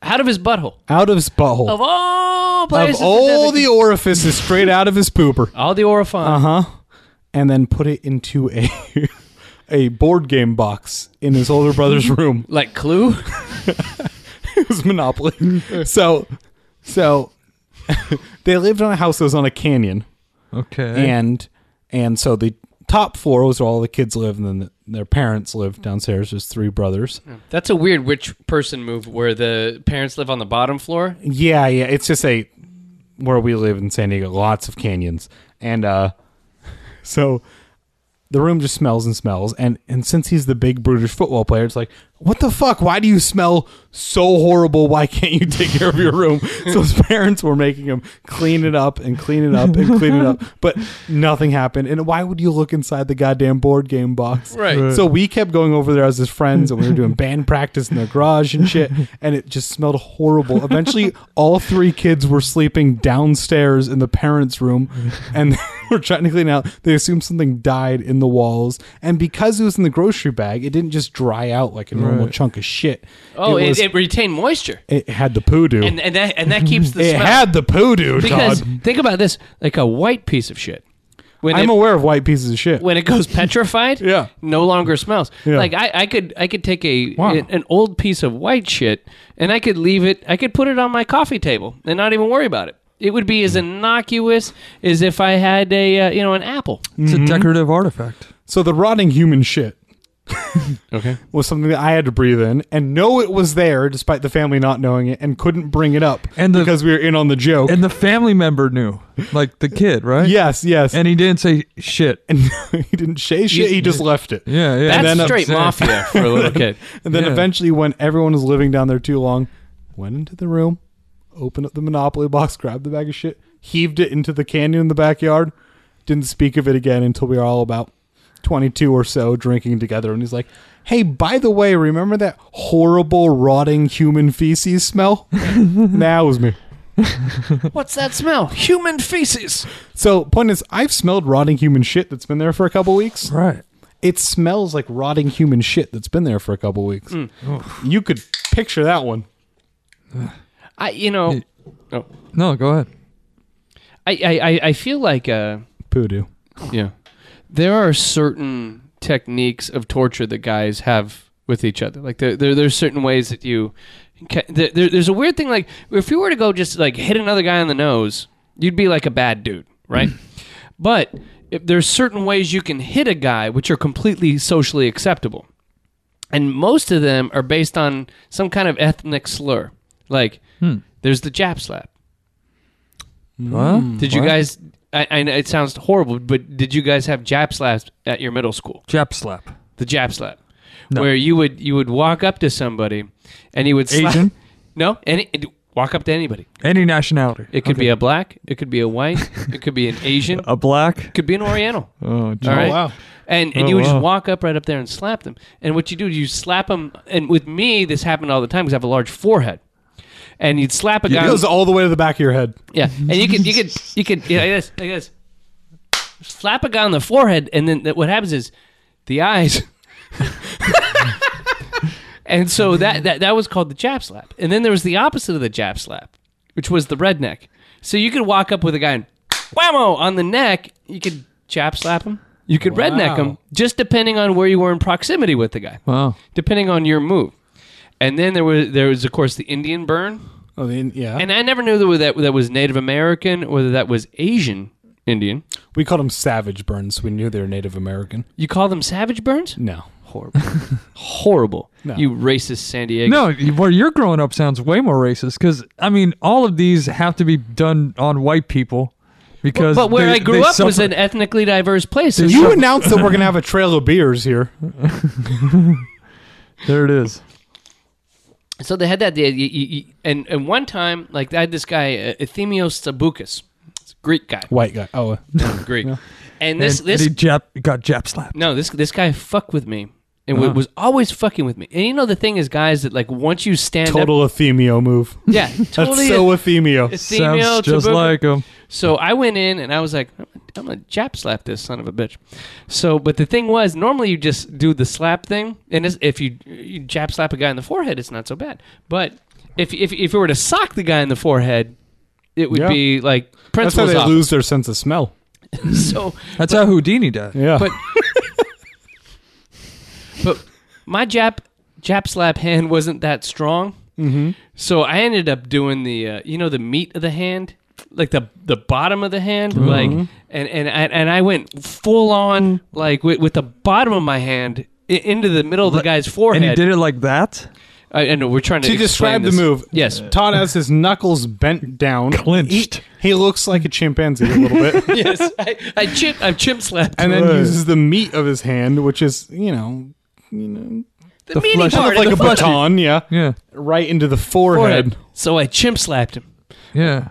S1: Out of his butthole.
S3: Out of his butthole.
S1: Of all
S3: of
S1: places, to
S3: all
S1: dedicate-
S3: the orifices straight out of his pooper.
S1: all the Orifon.
S3: Uh huh. And then put it into a [laughs] a board game box in his
S1: [laughs]
S3: older brother's room.
S1: like Clue. [laughs]
S3: It was Monopoly. So so [laughs] they lived on a house that was on a canyon,
S2: Okay.
S3: and and so the top floor was where all the kids lived, and then the, their parents lived downstairs. There's three brothers.
S1: That's a weird witch person move where the parents live on the bottom floor.
S3: Yeah, yeah. It's just a where we live in San Diego, lots of canyons. And uh [laughs] so the room just smells and smells and and since he's the big brutish football player, it's like, what the fuck? Why do you smell so horrible? Why can't you take care of your room? [laughs] so his parents were making him clean it up and clean it up and clean it up. But nothing happened. And why would you look inside the goddamn board game box?
S1: Right.
S2: Right.
S3: So we kept going over there as his friends, and we were doing band practice in their garage and shit, and it just smelled horrible. Eventually, all three kids were sleeping downstairs in the parents' room, and [laughs] they were trying to clean out. They assumed something died in the walls, and because it was in the grocery bag, it didn't just dry out like a normal
S2: Right.
S3: chunk of shit.
S1: Oh, it,
S3: was-
S1: it, retained moisture,
S3: it had the poodoo.
S1: and and that and that keeps the
S3: it
S1: smell.
S3: had the poodoo,
S1: because
S3: Todd.
S1: think about this, like a white piece of shit. When
S3: I'm
S1: it,
S3: aware of white pieces of shit.
S1: when it goes [laughs] petrified,
S3: Yeah.
S1: no longer smells.
S3: Yeah.
S1: Like I, I could I could take a
S3: Wow.
S1: an old piece of white shit and I could leave it. I could put it on my coffee table and not even worry about it. It would be as innocuous as if I had a uh, you know an apple.
S2: It's a decorative artifact.
S3: So the rotting human shit
S1: Okay.
S3: was something that I had to breathe in and know it was there despite the family not knowing it and couldn't bring it up
S2: And the-
S3: because we were in on the joke.
S2: And the family member knew, like the kid, right?
S3: yes, yes.
S2: And he didn't say shit.
S3: [laughs] And he didn't say shit, he just left it.
S2: Yeah, yeah.
S1: That's
S3: then a- [laughs]
S1: straight mafia for a little kid.
S3: And then
S2: Yeah.
S3: eventually when everyone was living down there too long, went into the room, opened up the Monopoly box, grabbed the bag of shit, heaved it into the canyon in the backyard, didn't speak of it again until we were all about 22 or so drinking together. And he's like, Hey, by the way, remember that horrible, rotting human feces smell? [laughs] that was me.
S1: [laughs] What's that smell? Human feces.
S3: So, point is, I've smelled rotting human shit that's been there for a couple weeks.
S2: Right.
S3: It smells like rotting human shit that's been there for a couple weeks.
S1: Mm.
S3: You could picture that one.
S1: I you know, oh,
S2: No, go ahead.
S1: I, I I- I feel like uh
S3: Poodoo.
S1: yeah, there are certain techniques of torture that guys have with each other. Like there, there there's certain ways that you can, there, there- there's a weird thing like if you were to go just like hit another guy on the nose, you'd be like a bad dude, right? but if there's certain ways you can hit a guy which are completely socially acceptable. and most of them are based on some kind of ethnic slur. Like, there's the Jap slap.
S2: What?
S1: Did you guys? I, I know it sounds horrible, but did you guys have Jap slaps at your middle school?
S2: Jap slap.
S1: The Jap slap, where you would you would walk up to somebody, and you would slap,
S2: Asian?
S1: [laughs] No, any walk up to anybody.
S2: Any nationality.
S1: It could be a black. It could be a white. it could be an
S2: [laughs]
S1: Asian. It
S2: A black.
S1: could be an Oriental.
S2: [laughs] Oh, gee.
S1: All right.
S3: wow.
S1: And and
S2: Oh,
S1: you would
S2: wow.
S1: just walk up right up there and slap them. And what you do, you slap them. And with me, this happened all the time because I have a large forehead. And you'd slap a
S3: It
S1: guy.
S3: goes all the way to the back of your head.
S1: yeah. And you could you could you could yeah, like this, like this. Slap a guy on the forehead, and then th- what happens is the eyes. [laughs] and so that, that that was called the jab slap. And then there was the opposite of the jab slap, which was the redneck. So you could walk up with a guy and whammo on the neck. You could jab slap him. You could redneck him, just depending on where you were in proximity with the guy,
S2: Wow.
S1: depending on your move. And then there was there was of course the Indian burn,
S3: Oh, the, yeah.
S1: and I never knew whether that that was Native American or whether that was Asian Indian.
S3: we called them savage burns. We knew they were Native American.
S1: You call them savage burns?
S3: No.
S2: [laughs]
S1: Horrible, horrible.
S3: No.
S1: You racist San Diego.
S2: No, where you're growing up sounds way more racist because, I mean, all of these have to be done on white people because.
S1: but where
S2: they-
S1: I grew
S2: they
S1: up was
S2: suffer-
S1: an ethnically diverse place.
S2: They
S1: So
S3: You announced that we're going to have a trail of beers here.
S2: There it is.
S1: So they had that idea, you- you- you- and and one time, like I had this guy uh, Ethemios Saboukas, It's a Greek
S2: [laughs]
S1: guy,
S3: White guy. Oh,
S1: Greek, and this
S2: and,
S1: this
S2: and he Jap, got Jap slapped.
S1: no this this guy fucked with me and
S2: Uh-huh.
S1: w- was always fucking with me. And you know the thing is, guys, that like once you stand up,
S3: Total Athemio move.
S2: [laughs]
S1: yeah,
S3: That's
S1: totally.
S3: so Athemio.
S1: Athemio,
S2: Sounds just
S1: Tabuka.
S2: like him.
S1: So I went in and I was like, I'm gonna- I'm gonna jap slap this son of a bitch. So, but the thing was, normally you just do the slap thing, and it's, if you, you jap slap a guy in the forehead, it's not so bad. But if if if you were to sock the guy in the forehead, it would
S3: Yeah.
S1: be like
S3: That's how
S1: principles
S3: they
S1: off.
S3: lose their sense of smell.
S1: [laughs] So,
S2: That's how Houdini died.
S3: Yeah.
S1: but but my jap jap slap hand wasn't that strong.
S3: mm-hmm.
S1: So I ended up doing the uh, you know the meat of the hand, like the the bottom of the hand,
S3: Mm-hmm.
S1: like and and I, and I went full on like with, with the bottom of my hand i- into the middle of the guy's forehead.
S2: And he did it like that?
S1: I, I know we're trying to,
S3: to
S1: explain
S3: describe the
S1: this.
S3: move,
S1: Yes.
S3: Todd has his knuckles bent down,
S2: Clenched.
S3: He, he looks like a chimpanzee a little
S1: [laughs]
S3: bit,
S1: [laughs]
S3: [laughs]
S1: yes, I, I chimp I chimp slapped
S3: and then
S2: Right.
S3: uses the meat of his hand, which is you know, you know,
S1: the,
S2: the
S1: meaty
S2: flesh-
S1: part of
S3: like
S1: the
S3: a baton, yeah,
S2: Yeah.
S3: right into the forehead.
S1: forehead. So I chimp slapped him.
S2: Yeah.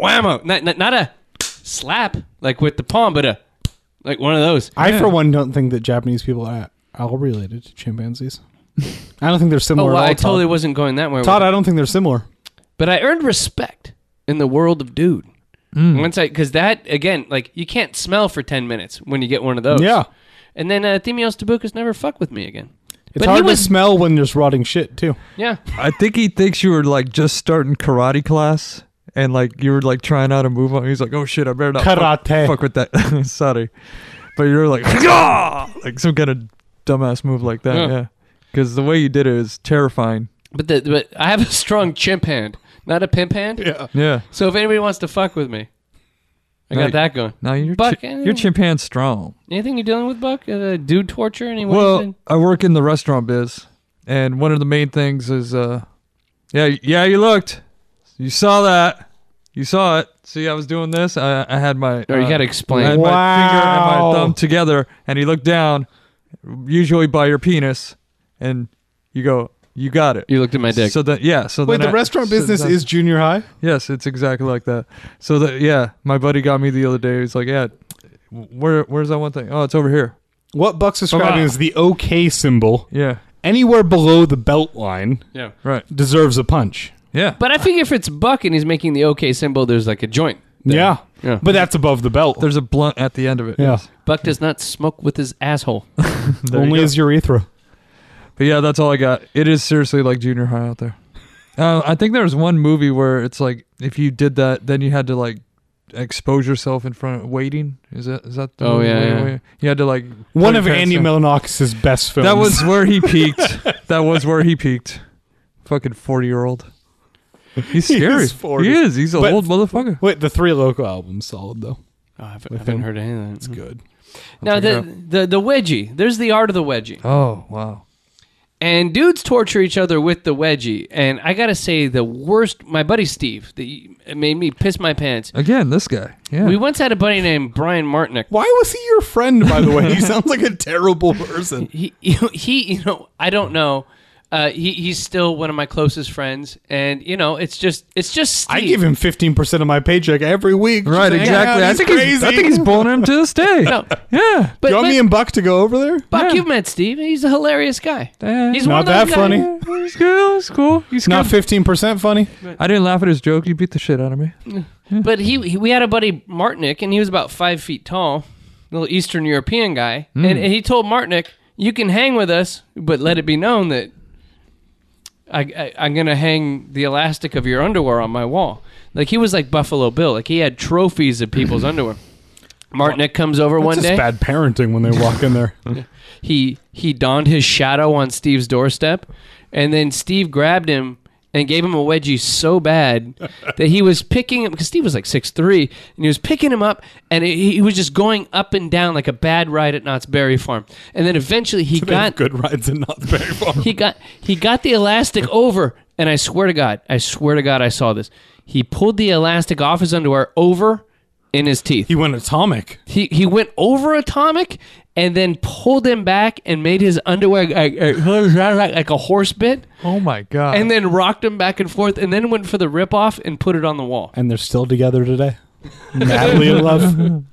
S1: Whammo! Not, not not a slap like with the palm, but a like one of those.
S3: I, for one, don't think that Japanese people are at all related to chimpanzees. I don't think
S1: [laughs]
S3: they're
S1: Oh,
S3: similar.
S1: well,
S3: at all,
S1: I totally
S3: Todd.
S1: wasn't going that way. with
S3: Todd,
S1: it.
S3: I don't think they're similar.
S1: but I earned respect in the world of dude.
S3: Mm.
S1: Once I, because that again, like you can't smell for ten minutes when you get one of those.
S3: Yeah,
S1: And then uh, Themios Tabukas never fuck with me again.
S3: it's
S1: but he
S3: hard
S1: was,
S3: to smell when there's rotting shit too.
S1: yeah.
S2: I think he thinks you were like just starting karate class and like you were like trying out a move on. He's like, oh shit, I better not fuck-
S3: Karate.
S2: Fuck, with that. [laughs] Sorry. But you're like, [laughs] "Hyah!" like some kind of dumbass move like that.
S1: Yeah.
S2: Yeah. Because the way you did it is terrifying.
S1: But the but I have a strong chimp hand, not a pimp hand.
S3: Yeah,
S2: Yeah.
S1: So if anybody wants to fuck with me, I got
S2: Right.
S1: that going.
S2: No, you're
S1: Buck,
S2: chi-
S1: anything-
S2: your chimpan's strong.
S1: Anything you're dealing with, Buck? Uh, dude torture? Any ways
S2: Well,
S1: in-
S2: I work in the restaurant biz, and one of the main things is, uh, yeah, yeah, you looked, you saw that, you saw it. See, I was doing this. I, I had my,
S1: Or Oh, you
S2: uh,
S1: gotta
S2: I
S1: explain.
S2: had my finger and
S3: Wow.
S2: my thumb together, and he looked down, usually by your penis, and you go, you got it.
S1: you looked at my dick.
S2: So then, yeah. So
S3: wait,
S2: then
S3: the
S2: I-
S3: restaurant
S2: so
S3: business
S2: then-
S3: is junior high.
S2: Yes, it's exactly like that. So that yeah, my buddy got me the other day. He's like, yeah, where where's that one thing? Oh, it's over here.
S3: What Buck's describing
S1: Hurrah.
S3: is the OK symbol.
S2: Yeah.
S3: Anywhere below the belt line
S1: yeah.
S2: Right.
S3: deserves a punch.
S2: Yeah.
S1: But I figure if it's Buck and he's making the OK symbol, there's like a joint. there.
S3: Yeah.
S1: Yeah.
S3: But that's above the belt.
S2: There's a blunt at the end of it.
S3: yeah.
S1: Buck does not smoke with his asshole.
S2: There you
S3: Only
S2: go.
S3: his urethra.
S2: But yeah, that's all I got. It is seriously like junior high out there. Uh, I think there was one movie where it's like if you did that, then you had to like expose yourself in front of waiting. Is that is that? The
S1: Oh,
S2: movie?
S1: yeah,
S2: Wait,
S1: yeah.
S2: Wait. You had to like
S3: One
S2: put
S3: of
S2: your pants
S3: Andy
S2: down.
S3: Milonakis' best films.
S2: That was where [laughs] he peaked. that was where he peaked. Fucking forty year old. He's
S3: He
S2: scary.
S3: is 40.
S2: He is. He's an
S3: But-
S2: old motherfucker.
S3: [laughs] Wait, the Three Loco album's solid though.
S1: Oh, I haven't,
S3: With
S1: haven't
S3: him.
S1: heard any of that.
S3: It's good.
S1: Now
S2: I'll check it
S1: the, the the wedgie. There's the art of the wedgie,
S2: Oh wow.
S1: and dudes torture each other with the wedgie. And I gotta say, the worst. My buddy Steve, the it made me piss my pants.
S2: Again, this guy. Yeah.
S1: We once had a buddy named Brian Martinick.
S3: Why was he your friend, by the
S2: [laughs]
S3: way? he sounds like a terrible person.
S1: He [laughs] he, you know, I don't know. Uh, he he's still one of my closest friends, and you know, it's just it's just. Steve.
S3: I give him fifteen percent of my paycheck every week.
S2: right.
S3: Just hang
S2: Exactly.
S3: out.
S2: I
S3: He's
S2: think
S3: crazy.
S2: he's. I think he's boning him to this day.
S3: [laughs]
S1: No, but,
S2: Yeah.
S1: but
S3: Do you want me and Buck to go over there?
S1: Buck,
S2: Yeah.
S1: you've met Steve. He's a hilarious guy.
S2: Eh,
S1: He's
S3: Not
S1: one of those guys-
S3: that funny.
S2: eh, He's cool. He's cool. He's
S3: It's not
S2: good.
S3: fifteen percent funny.
S2: I didn't laugh at his joke. You beat the shit out of me.
S1: [laughs] But he, he, we had a buddy Martinick, and he was about five feet tall, little Eastern European guy,
S3: Hmm.
S1: and, and he told Martinick, "You can hang with us, but let it be known that I, I, I'm gonna hang the elastic of your underwear on my wall." Like he was like Buffalo Bill, like he had trophies of
S3: [laughs]
S1: people's underwear. Martinick comes over one
S3: That's
S1: day.
S3: just bad parenting when they walk
S2: [laughs]
S3: in there.
S1: He he donned his shadow on Steve's doorstep, and then Steve grabbed him and gave him a wedgie so bad that he was picking him because Steve was like six three, and he was picking him up, and he he was just going up and down like a bad ride at Knott's Berry Farm, and then eventually he
S3: They
S1: got
S3: have good rides in Knott's Berry Farm.
S1: he got he got the elastic over, and I swear to God, I swear to God, I saw this. He pulled the elastic off his underwear over in his teeth.
S3: He went atomic.
S1: He he went over atomic and then pulled him back and made his underwear like, [laughs] like a horse bit
S2: Oh my god.
S1: and then rocked him back and forth and then went for the rip off and put it on the wall.
S2: [laughs]
S3: And they're still together today. Madly in love.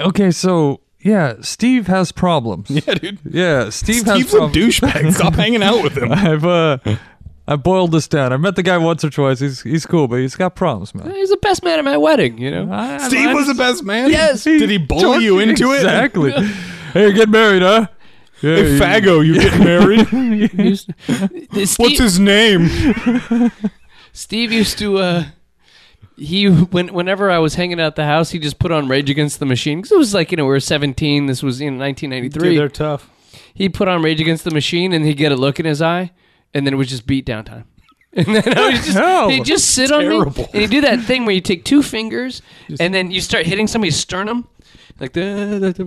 S2: okay, so yeah, Steve has problems. Yeah,
S3: dude.
S2: Steve has
S3: Steve's a
S2: problems.
S3: douchebag.
S1: [laughs]
S3: Stop hanging out with him.
S2: I've uh, I boiled this down. I met the guy once or twice. He's he's cool, but he's got problems, man.
S1: He's the best man at my wedding, you
S3: [laughs]
S1: know.
S2: I- I-
S3: Steve
S2: I-
S3: was the best man.
S1: Yes.
S3: Did he bully
S2: George-
S3: you into it? [laughs]
S2: exactly. it? Exactly. hey, get married, huh? Yeah,
S3: Hey,
S2: you-
S3: faggo,
S1: [laughs]
S3: you get married? [laughs]
S1: He's- Steve,
S3: What's his name?
S1: Steve used to. Uh, he when whenever I was hanging out at the house, he just put on Rage Against the Machine because it was like you know we were seventeen. This was in nineteen ninety three.
S3: tough.
S1: He put on Rage Against the Machine and he'd get a look in his eye, and then it was just beat down time. [laughs] And then I would just,
S2: hell?
S1: he'd just sit on me
S3: Terrible.
S1: and he'd do that thing where you take two fingers and then you start hitting somebody's sternum. Like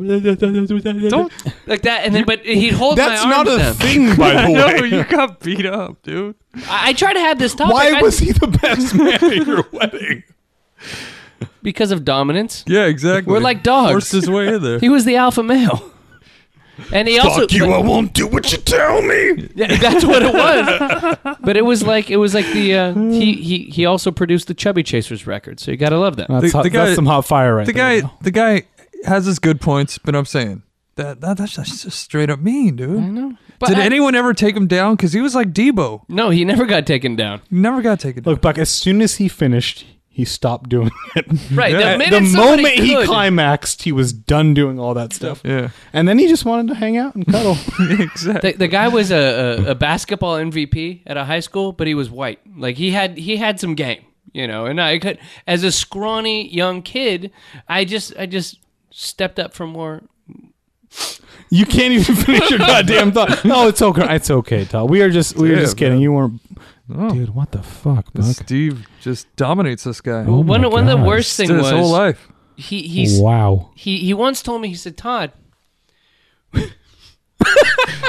S1: that,
S2: Don't.
S1: like that, and then but he'd hold
S3: That's
S1: my arm
S3: not a
S1: down.
S3: thing,
S1: [laughs]
S3: by the
S2: No,
S3: way.
S2: you got beat up, dude.
S1: I, I try to have this topic.
S3: Why
S1: I-
S3: was he the
S1: [laughs]
S3: best man at your wedding?
S1: because of dominance?
S2: Yeah, exactly.
S1: We're like dogs.
S2: Forced his way
S1: [laughs]
S2: in there.
S1: He was the alpha male. And he also
S4: Fuck you, I won't do what you tell me.
S1: Yeah, that's what it was. [laughs] but it was like it was like the uh, he he he also produced the Chubby Chasers record, so you gotta love that.
S2: The-
S3: That's,
S2: hot- the guy- that's some
S3: hot fire right
S2: the guy, the guy has his good points, but I'm saying that, that that's just that's just straight up mean, dude. I know.
S1: But
S2: Did
S1: I-
S2: anyone ever take him down? Because he was like Debo,
S1: No, he never got taken down.
S2: never got taken down.
S3: Look, Buck, as soon as he finished, he stopped doing [laughs] it.
S1: Right. The,
S3: At the
S1: minute somebody
S3: moment he
S1: could-
S3: climaxed, he was done doing all that stuff.
S2: Yeah,
S3: And then he just wanted to hang out and [laughs] cuddle.
S2: exactly.
S1: the, the guy was a, a, a basketball MVP at a high school, but he was white. Like he had he had some game, you know. And I could, as a scrawny young kid, I just I just stepped up for more.
S3: you can't even finish your goddamn thought. No, it's okay. It's okay, Todd. We are just we
S2: Yeah,
S3: are just kidding.
S2: man.
S3: You weren't
S2: Oh,
S3: Dude, what the fuck, Buck?
S2: Steve just dominates this guy.
S3: Oh
S1: One
S3: my
S1: one of the
S3: God.
S1: worst thing
S2: Did his whole
S1: was
S2: life. [laughs]
S1: he he's
S3: wow.
S1: he he once told me he said Todd.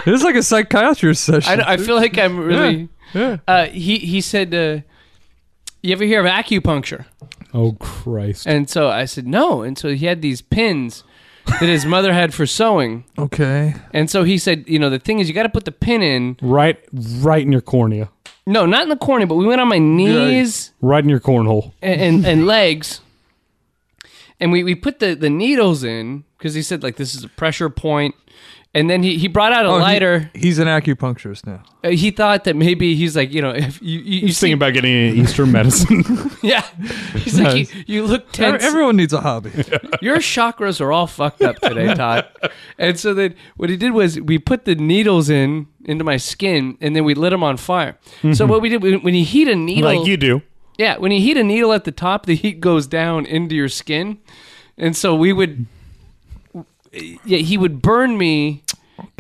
S2: It was like a psychiatrist session.
S1: I, I feel like I'm really.
S2: yeah.
S1: Uh, he he said, uh, "You ever hear of acupuncture?"
S3: Oh Christ.
S1: And so I said, "No." And so he had these pins that his mother had for sewing.
S2: Okay.
S1: And so he said, "You know, the thing is, you got to put the pin in.
S3: Right right in your cornea.
S1: No, not in the cornea, but we went on my knees
S3: Right in your cornhole.
S1: and, and, and legs, and we we put the the needles in because he said like this is a pressure point." And then he, he brought out a
S2: Oh, he-
S1: lighter.
S2: he's an acupuncturist now.
S1: Uh, He, thought that maybe he's like, you know, if you, you, you
S3: He's
S1: see,
S3: thinking about getting any Eastern medicine.
S1: yeah, he's like, you, you look
S2: Every-
S1: tense.
S2: Everyone needs a [laughs] hobby.
S1: your chakras are all fucked up
S3: [laughs]
S1: today, Todd. and so then what he did was we put the needles in into my skin and then we lit them on fire. So what we did when when [laughs] you heat a needle,
S3: Mm-hmm. like you do.
S1: yeah, when you heat a needle at the top, the heat goes down into your skin, and so we would, yeah, he would burn me.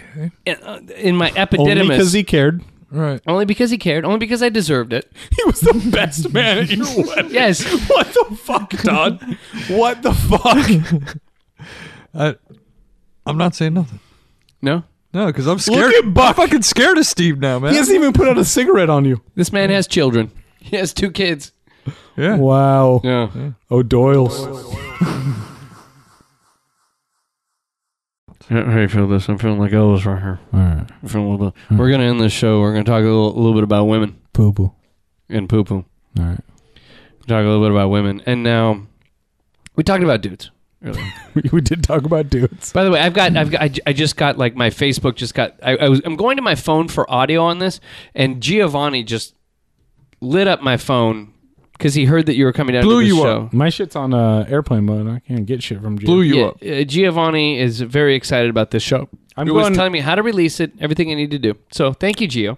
S2: Okay.
S1: In, uh, in my epididymis,
S3: Only because he cared. [laughs]
S2: Right.
S1: only because he cared, only because I deserved it.
S3: He was the best
S1: [laughs]
S3: man at your wedding.
S1: Yes,
S3: What the fuck, Todd? What the
S1: [laughs]
S3: fuck?
S2: I, I'm not saying nothing.
S1: no,
S2: No, because I'm
S3: Look
S2: scared.
S3: at Buck.
S2: I'm [laughs] fucking scared of Steve now, man.
S3: He hasn't even put out a cigarette
S1: [laughs]
S3: on you.
S1: this man has children. He has two kids.
S2: yeah.
S3: Wow.
S1: Yeah.
S3: Oh, Doyle's.
S1: How how you feel this? I'm feeling like Elvis right here. All right. I'm feeling a little bit. We're gonna end this show. We're gonna talk a little, little bit about women
S3: Poo poo.
S1: and poo poo.
S3: All right.
S1: Talk a little bit about women, and now we talked about dudes. earlier.
S3: [laughs] We did talk about dudes.
S1: By the way, I've got, I've got, I, j- I just got like my Facebook just got. I, I was, I'm going to my phone for audio on this, and Giovanni just lit up my phone because he heard that you were coming down. to
S2: Blew
S1: this
S2: you
S1: show.
S2: up.
S3: My shit's on uh, airplane mode. I can't get shit from Jim.
S2: Blew you
S1: Yeah,
S2: up.
S1: uh, Giovanni is very excited about this show.
S3: I'm
S1: he
S3: going-
S1: was telling me how to release it, everything I need to do. So thank you, Gio.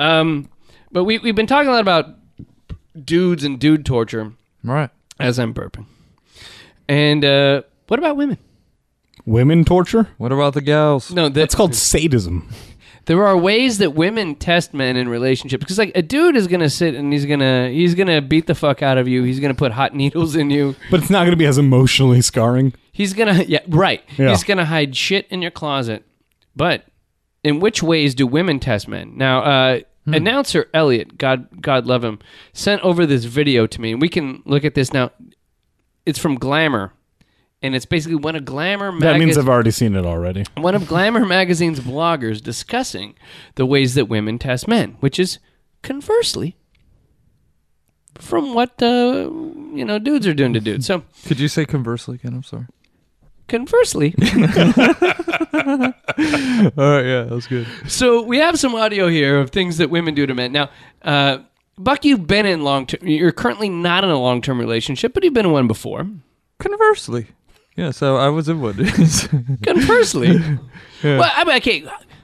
S1: Um, but we we've been talking a lot about dudes and dude torture
S2: Right.
S1: as I'm burping. And uh, what about women?
S3: Women torture?
S2: What about the gals?
S1: No,
S3: That's
S1: that's
S3: called sadism.
S1: there are ways that women test men in relationships because like a dude is gonna sit and he's gonna he's gonna beat the fuck out of you. He's gonna put hot [laughs] needles in you.
S3: But it's not going to be as emotionally scarring.
S1: He's gonna [laughs] yeah right.
S3: Yeah.
S1: He's gonna hide shit in your closet. But in which ways do women test men? Now, uh,
S3: Hmm.
S1: announcer Elliot, God God love him, sent over this video to me, and we can look at this now. It's from Glamour, and it's basically one of Glamour
S3: That means
S1: magaz-
S3: I've already seen it already.
S1: one of Glamour magazine's bloggers discussing the ways that women test men, which is conversely from what uh, you know dudes are doing to dudes. So.
S2: Could you say conversely again? I'm sorry.
S1: Conversely, [laughs]
S2: All right, yeah, that was good.
S1: so we have some audio here of things that women do to men. Now, uh, Buck, you've been in long term. You're currently not in a long term relationship, but you've been in one before.
S2: Conversely, yeah. So I was in one. [laughs]
S1: Conversely,
S2: Yeah.
S1: well, I mean, okay,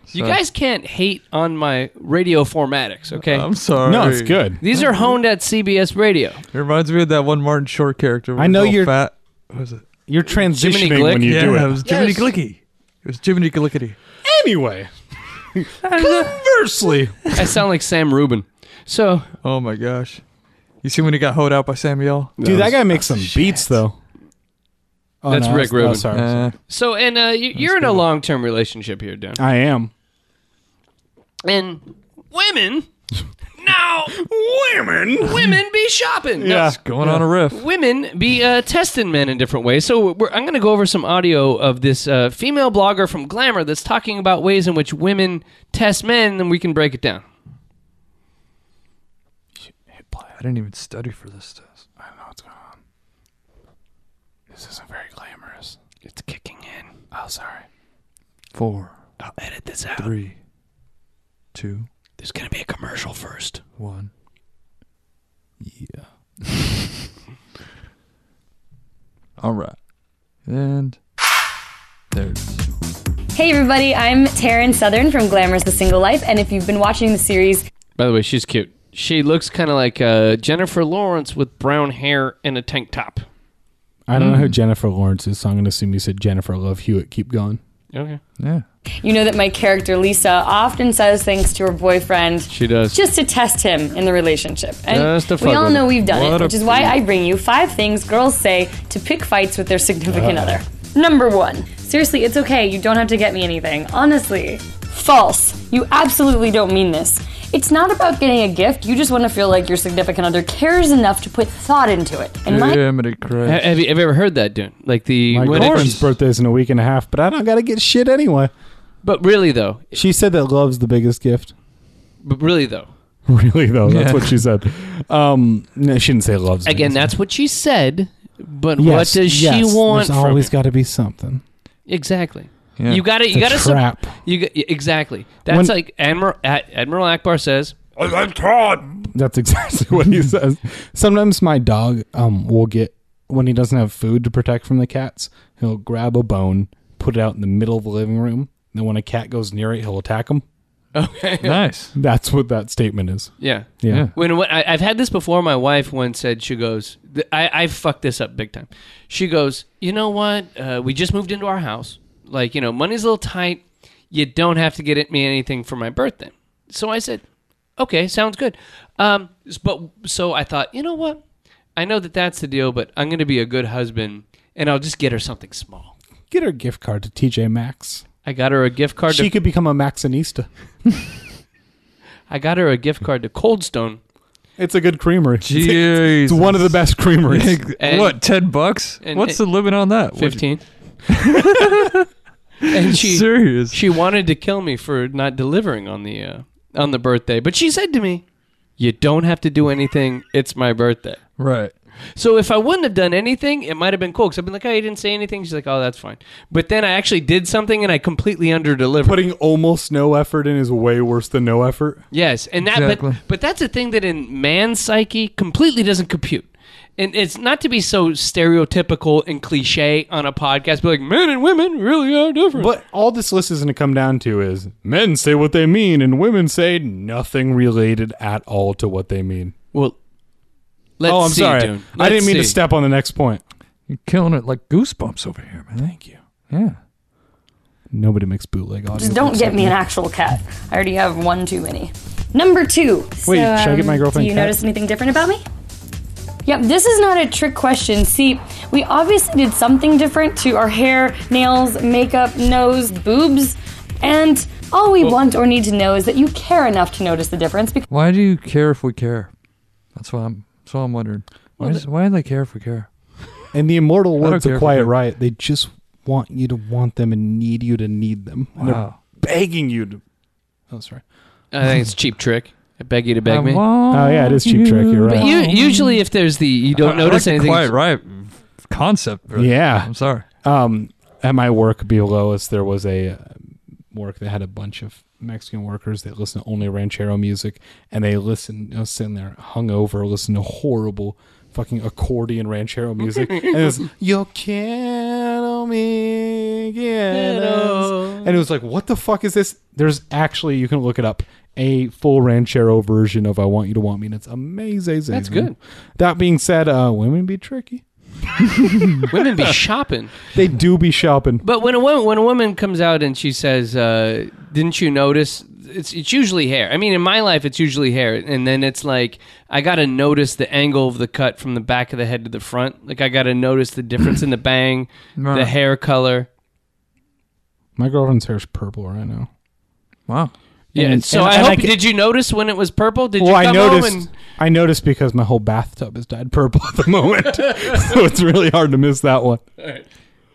S1: you
S2: So-
S1: guys can't hate on my radio formatics, okay?
S2: I'm sorry.
S3: No, it's good.
S1: These are honed at CBS Radio.
S2: It reminds me of that one Martin Short character. when
S3: I know
S2: he's all
S3: you're-
S2: fat. What was it?
S3: You're
S1: Jiminy
S3: transitioning
S1: Glick?
S3: when you
S2: yeah,
S3: do
S2: it
S3: it.
S2: was Jiminy
S1: Yes.
S2: Glicky. It was Jiminy Glickety.
S3: Anyway, conversely,
S1: I sound like Sam Rubin. So
S2: Oh my gosh. You see when he got hoed out by Samuel?
S3: dude, that guy makes some beats though. Oh,
S1: That's
S3: no,
S1: Rick
S3: oh,
S1: Rubin.
S3: sorry.
S2: Uh,
S1: So, and uh, you, you're in a long term relationship here, Dan.
S3: I am.
S1: And women, now
S4: Women!
S1: women be shopping. No,
S3: Yeah.
S2: going on a riff.
S1: women be uh, testing men in different ways. So we're, I'm going to go over some audio of this uh, female blogger from Glamour that's talking about ways in which women test men, and we can break it down.
S2: I didn't even study for this test.
S3: I don't know what's going on. This isn't very glamorous.
S1: It's kicking in.
S3: Oh, sorry.
S2: Four,
S1: I'll edit this out.
S2: three, two,
S1: There's going to be a commercial first.
S2: one. Yeah. All right. And there's.
S5: Hey everybody, I'm Taryn Southern from Glamorous the Single Life, and if you've been watching the series,
S1: By the way, she's cute. She looks kind of like uh, Jennifer Lawrence with brown hair and a tank top.
S3: I don't know
S1: Mm.
S3: who Jennifer Lawrence is, so I'm going to assume you said Jennifer Love Hewitt. Keep going.
S1: Okay.
S2: Yeah.
S5: you know that my character Lisa often says things to her boyfriend
S1: She does.
S5: just to test him in the relationship. And
S1: Just to
S5: we
S1: fuck
S5: all
S1: with
S5: know
S1: him.
S5: we've done
S2: What
S5: it,
S2: a
S5: which is why I bring you five things girls say to pick fights with their significant
S1: Ah.
S5: other. Number one. Seriously, it's okay. You don't have to get me anything. Honestly. False. You absolutely don't mean this. It's not about getting a gift. You just want to feel like your significant other cares enough to put thought into it. And my
S2: Jiminy Christ.
S1: Ha- Have you, have you ever heard that, dude? Like the
S3: My
S1: when it-
S3: girlfriend's birthday's in a week and a half, but I don't got to get shit anyway.
S1: but really though,
S3: She said that love's the biggest gift. [laughs]
S1: but really though.
S3: Really though, that's
S2: Yeah.
S3: what she said. Um, no, she didn't say love's the
S1: Again,
S3: biggest
S1: that's what she said. But
S3: gift.
S1: what does she
S3: yes,
S1: want?
S3: There's
S1: from
S3: always
S1: it?
S3: got to be something.
S1: exactly.
S2: Yeah.
S1: You got to. You got
S3: It's
S1: to.
S3: a trap.
S1: you got, exactly. That's
S3: When-
S1: like Admiral Ad- Admiral Akbar says.
S4: I'm Todd!
S3: That's exactly what he says. Sometimes my dog um will get when he doesn't have food to protect from the cats, he'll grab a bone, put it out in the middle of the living room, then when a cat goes near it, he'll attack him.
S2: nice.
S3: That's what that statement is.
S1: Yeah.
S3: Yeah.
S2: Yeah.
S1: When, when I, I've had this before, my wife once said, she goes, th- I, I fucked this up big time. She goes, you know what? Uh, we just moved into our house. Like, you know, money's a little tight. You don't have to get me anything for my birthday. So I said, okay, sounds good. Um, s- but so I thought, you know what? I know that that's the deal, but I'm going to be a good husband and I'll just get her something small.
S3: Get her a gift card to TJ Maxx.
S1: I got her a gift card.
S3: She
S1: To,
S3: could become a Maxinista.
S1: I got her a gift card to Cold Stone.
S3: [laughs] It's a good creamery.
S2: Jeez.
S3: It's one of the best creameries.
S1: And-
S2: [laughs] what, 10 bucks?
S1: and-
S2: What's the limit on that? What-
S3: [laughs]
S1: Fifteen. and she
S2: Serious.
S1: she wanted to kill me for not delivering on the uh, on the birthday, but she said to me, "You don't have to do anything. It's my birthday."
S2: right.
S1: So if I wouldn't have done anything, it might have been cool. Because I've been like, "Oh, you didn't say anything." She's like, "Oh, that's fine." But then I actually did something, and I completely underdelivered.
S3: Putting almost no effort in is way worse than no effort.
S1: Yes, and that,
S2: Exactly.
S1: but, but that's a thing that in man's psyche completely doesn't compute. And it's not to be so stereotypical and cliche on a podcast, but like men and women really are different.
S3: But all this list is going to come down to is men say what they mean and women say nothing related at all to what they mean.
S1: well, let's
S3: oh, I'm
S1: see,
S3: sorry.
S1: dude.
S3: I didn't
S1: Let's
S3: mean to
S1: see.
S3: step on the next point.
S2: You're killing it like goosebumps over here, man. Thank you. Yeah.
S3: Nobody makes bootleg audio.
S5: Just don't get me an actual cat. I already have one too many. Number two.
S3: Wait,
S5: So,
S3: should I get my
S5: um,
S3: girlfriend
S5: Do you
S3: cat?
S5: notice anything different about me? Yep, this is not a trick question. See, we obviously did something different to our hair, nails, makeup, nose, boobs, and all we want or need to know is that you care enough to notice the difference because
S2: Why do you care if we care? That's what I'm. That's what I'm wondering. Why, does, why do they care if we care?
S3: In the immortal
S2: don't
S3: words
S2: care
S3: of
S2: if
S3: Quiet
S2: you're-
S3: Riot, they just want you to want them and need you to need them. And they're
S2: Wow.
S3: begging you to. Oh, sorry.
S1: I think it's cheap trick. I beg you to
S2: I
S1: beg me.
S2: want
S3: Oh, yeah, it is Cheap Trick, you're
S2: you-
S1: But
S3: right.
S1: you, usually, if there's the you don't
S2: I- I
S1: notice
S2: like the
S1: anything,
S2: Quiet right concept. really.
S3: Yeah.
S2: I'm sorry.
S3: Um, at my work below us there was a uh, work that had a bunch of Mexican workers that listened to only ranchero music, and they listened. I was sitting there hungover, listening to horrible fucking accordion ranchero
S1: [laughs]
S3: music, and it was "Yo quiero mi quieres." and it was like, what the fuck is this? There's actually you can look it up. A full ranchero version of "I Want You to Want Me," and it's amazing.
S1: That's good.
S3: That being said, uh, women be tricky.
S1: Women
S2: [laughs]
S1: be shopping.
S3: They do be shopping.
S1: But when a woman when a woman comes out and she says, uh, "Didn't you notice?" It's it's usually hair. I mean, in my life, it's usually hair, and then it's like I gotta notice the angle of the cut from the back of the head to the front. Like I gotta notice the difference in the bang, the
S2: Right.
S1: hair color.
S3: My girlfriend's hair is purple right now.
S2: Wow.
S1: Yeah.
S3: And-
S1: so
S3: and-
S1: I
S3: and
S1: hope.
S3: I ca-
S1: did you notice when it was purple? Did
S3: Well,
S1: you
S3: I
S1: come
S3: noticed.
S1: home and
S3: I noticed because my whole bathtub is dyed purple at the moment, [laughs] so it's really hard to miss that one.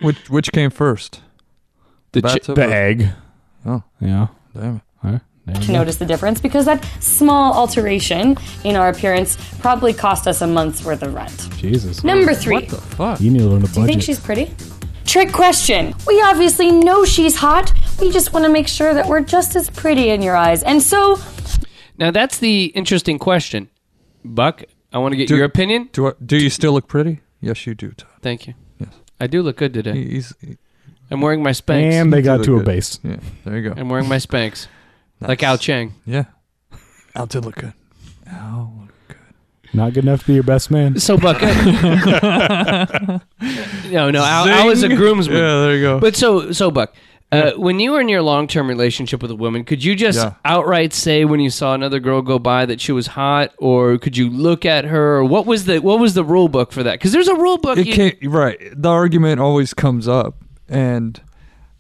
S2: Which which came first?
S1: The
S2: That's
S1: chi-
S2: over.
S3: The egg.
S2: Oh.
S3: yeah.
S2: Damn it.
S3: Huh? There you
S5: to
S3: go.
S5: notice the difference because that small alteration in our appearance probably cost us a month's worth of rent.
S3: Jesus.
S5: Number three.
S2: What the fuck?
S3: You need to learn a budget.
S5: Do you think she's pretty? Trick question. We obviously know she's hot. We just want to make sure that we're just as pretty in your eyes. And so,
S1: Now that's the interesting question, Buck. I want to get
S2: Do-
S1: your opinion.
S2: Do I, do you still look pretty? Yes, you do, Todd.
S1: Thank you.
S2: Yes.
S1: I do look good today.
S2: He's,
S1: I'm wearing my Spanx.
S3: and they got
S2: look
S3: to a
S2: good.
S3: base.
S2: yeah, there you go.
S1: I'm wearing my
S2: [laughs]
S1: Spanx, like Al Chang.
S2: Yeah. Al did look good. Al.
S3: Not good enough to be your best
S1: [laughs]
S3: man.
S1: So Buck,
S2: [laughs]
S1: no, no, Al, Al is a groomsman.
S2: Yeah, there you go.
S1: But so, so Buck, uh, when you were in your long-term relationship with a woman, could you just
S2: Yeah.
S1: outright say when you saw another girl go by that she was hot, or could you look at her? Or what was the what was the rule book for that? Because there's a rule book.
S2: it
S1: you-
S2: can't right the argument always comes up and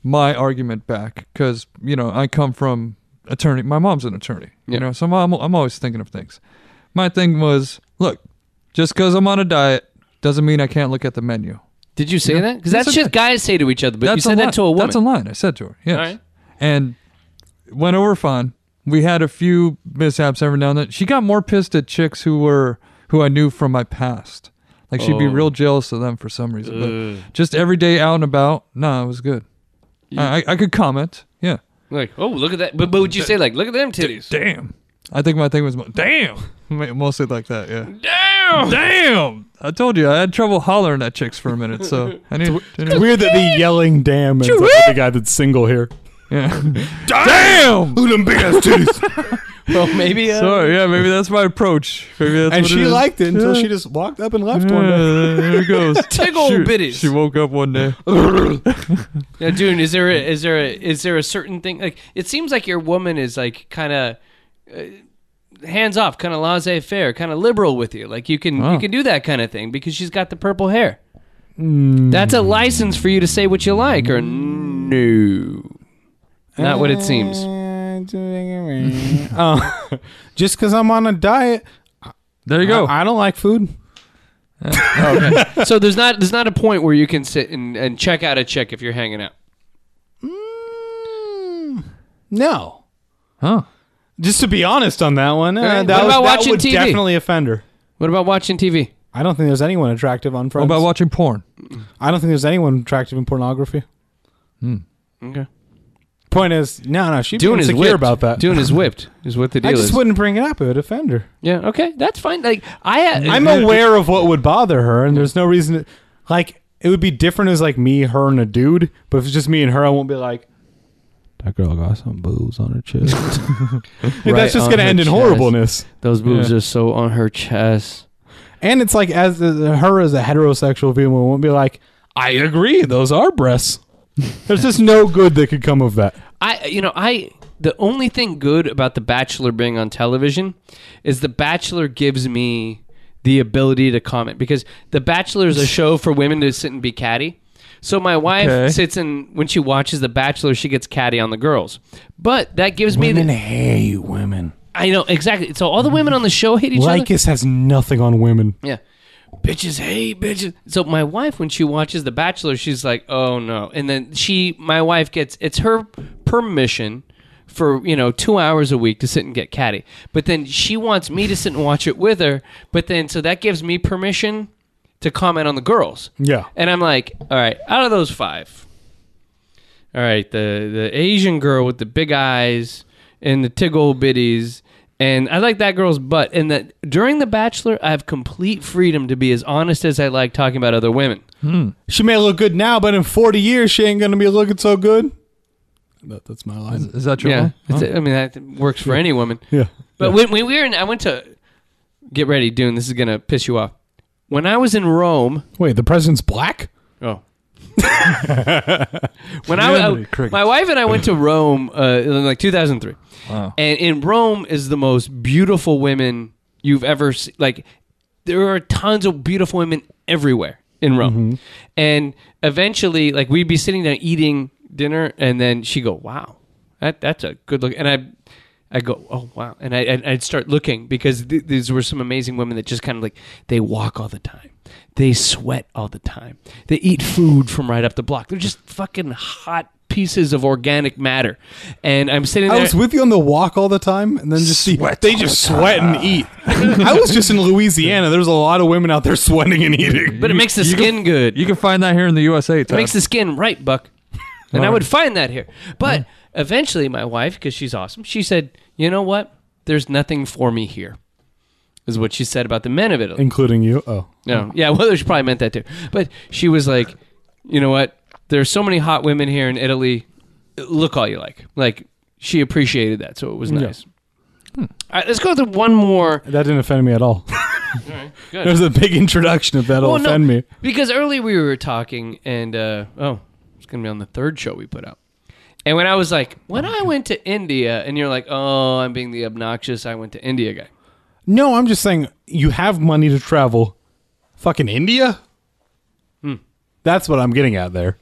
S2: my argument back because you know i come from attorney my mom's an attorney
S1: Yeah.
S2: you know so I'm, I'm always thinking of things my thing was look just because i'm on a diet doesn't mean i can't look at the menu
S1: Did you say that? Because
S2: That's
S1: that's
S2: a-
S1: shit guys say to each other. But
S2: that's
S1: you said
S2: a
S1: that to a
S2: line.
S1: woman.
S2: that's a line i said to her yes
S1: All right.
S2: and went over fine we had a few mishaps every now and then she got more pissed at chicks who were who i knew from my past like she'd be
S1: Oh.
S2: real jealous of them for some reason but just every day out and about. Nah, it was good. I, I- I could comment. Yeah.
S1: Like, oh, look at that. But, but would you say like, look at them
S2: [laughs]
S1: titties?
S2: Damn. I think my thing was mo- damn. [laughs] Ma- Mostly like that. Yeah.
S1: Damn.
S2: Damn. I told you I had trouble hollering at chicks for a minute, so
S1: [laughs]
S2: I need.
S3: It's weird that the yelling damn is like the guy that's single here.
S1: [laughs]
S2: yeah.
S4: Damn! Who them big ass titties?
S1: Well, maybe. Uh,
S2: Sorry. Yeah. Maybe that's my approach. Maybe that's.
S3: And
S2: what
S3: she
S2: is.
S3: liked it until
S2: Yeah.
S3: she just walked up and left
S2: Yeah,
S3: one day.
S2: there
S1: [laughs]
S2: it goes.
S1: Tickle
S2: she,
S1: bitties.
S2: She woke up one day.
S1: Now, dude, is there a, is there a, is there a certain thing like it seems like your woman is like kind of uh, hands off, kind of laissez faire, kind of liberal with you. Like you can you
S2: Oh.
S1: can do that kind of thing because she's got the purple hair.
S3: Hmm.
S1: That's a license for you to say what you like or no. Not what it
S3: [laughs]
S1: seems.
S3: Oh, [laughs] just because I'm on a diet,
S2: There you go.
S3: I, I don't like food.
S1: So there's not there's not a point where you can sit and, and check out a chick if you're hanging out.
S3: Mm, no.
S2: huh.
S3: Just to be honest on that one, uh,
S1: right.
S3: that,
S1: What
S3: was-
S1: about
S3: that
S1: watching
S3: would
S1: TV?
S3: definitely offend her.
S1: What about watching TV?
S3: I don't think there's anyone attractive on
S2: What
S3: Friends.
S2: about watching porn?
S3: I don't think there's anyone attractive in pornography.
S1: Hmm. Okay.
S3: Point is, no, no, she'd
S1: Dune
S3: be
S1: is
S3: insecure
S1: whipped.
S3: about that.
S1: Dune
S3: [laughs]
S1: is whipped. Is what the deal
S3: I just
S1: is.
S3: wouldn't bring it up. It would offend her.
S1: Yeah. Okay. That's fine. Like I. uh,
S3: I'm aware of what would bother her, and there's no reason. To, like, it would be different as like me, her, and a dude. But if it's just me and her, I won't be like.
S6: That girl got some booze on her chest.
S3: "Hey,
S1: Right
S3: that's just
S1: on
S3: going to
S1: her
S3: end in
S1: chest.
S3: horribleness.
S1: Those boobs
S2: Yeah.
S1: are so on her chest.
S3: And it's like as uh, her as a heterosexual female won't be like. I agree. Those are breasts. [laughs] There's just no good that could come of that.
S1: I, you know, I. The only thing good about The Bachelor being on television is The Bachelor gives me the ability to comment because The Bachelor is a show for women to sit and be catty. So my wife
S2: Okay.
S1: sits and when she watches The Bachelor, she gets catty on the girls. But that gives me the,
S3: hey, women.
S1: I know exactly. So all the women on the show hate each other.
S3: Lycus has nothing on women.
S1: Yeah. Bitches hate bitches. So my wife, when she watches The Bachelor, she's like, "Oh no!" And then she, my wife, gets it's her permission for you know two hours a week to sit and get catty. But then she wants me to sit and watch it with her. But then so that gives me permission to comment on the girls.
S3: Yeah.
S1: And I'm like, "All right, out of those five, All right, the the Asian girl with the big eyes and the tiggle bitties, and I like that girl's butt. And that during the Bachelor, I have complete freedom to be as honest as I like talking about other women.
S3: She may look good now, but in 40 years, she ain't going to be looking so good. That, that's my line.
S2: Is that your
S1: Yeah,
S2: line?
S1: That's it. I mean that works for any woman.
S3: Yeah.
S1: But when, when we were in, I went to get ready, Dune. This is gonna piss you off. When I was in Rome,
S3: Wait, the president's black?
S1: oh. [laughs] when I, I-
S2: crickets.
S1: my wife and I went to Rome uh, in like 2003,
S2: Wow.
S1: and in Rome is the most beautiful women you've ever seen. Like there are tons of beautiful women everywhere in Rome,
S3: Mm-hmm.
S1: and eventually, like we'd be sitting down eating dinner, and then she go, "Wow, that that's a good look," and I. I go, oh wow, and I and I'd start looking because th- these were some amazing women that just kind of like they walk all the time, they sweat all the time, they eat food from right up the block. They're just fucking hot pieces of organic matter, and I'm sitting there.
S3: I was with you on the walk all the time, and then just see,
S2: Sweat
S3: they just sweat and eat. [laughs] I was just in Louisiana. There's a lot of women out there sweating and eating.
S1: but it makes the skin good.
S2: You can find that here in the USA.
S1: It makes the skin right, Buck. [laughs] And I would find that here. But eventually, my wife, because she's awesome, she said, "You know what? There's nothing for me here," is what she said about the men of Italy.
S3: Including you. Oh.
S1: No, yeah, well, she probably meant that too. But she was like, "You know what? There's so many hot women here in Italy. Look all you like." Like she appreciated that, so it was nice. All right, let's go to one more.
S3: That didn't offend me
S1: [laughs]
S3: at all. [laughs]
S1: good.
S3: There's a big introduction if that'll
S1: Well, no,
S3: offend me.
S1: Because earlier we were talking, and uh, oh, it's gonna be on the third show we put out. And when I was like, when I went to India, and you're like, oh, I'm being the obnoxious, I went to India guy.
S3: No, I'm just saying you have money to travel. Fucking India?
S1: Hmm.
S3: That's what I'm getting at there.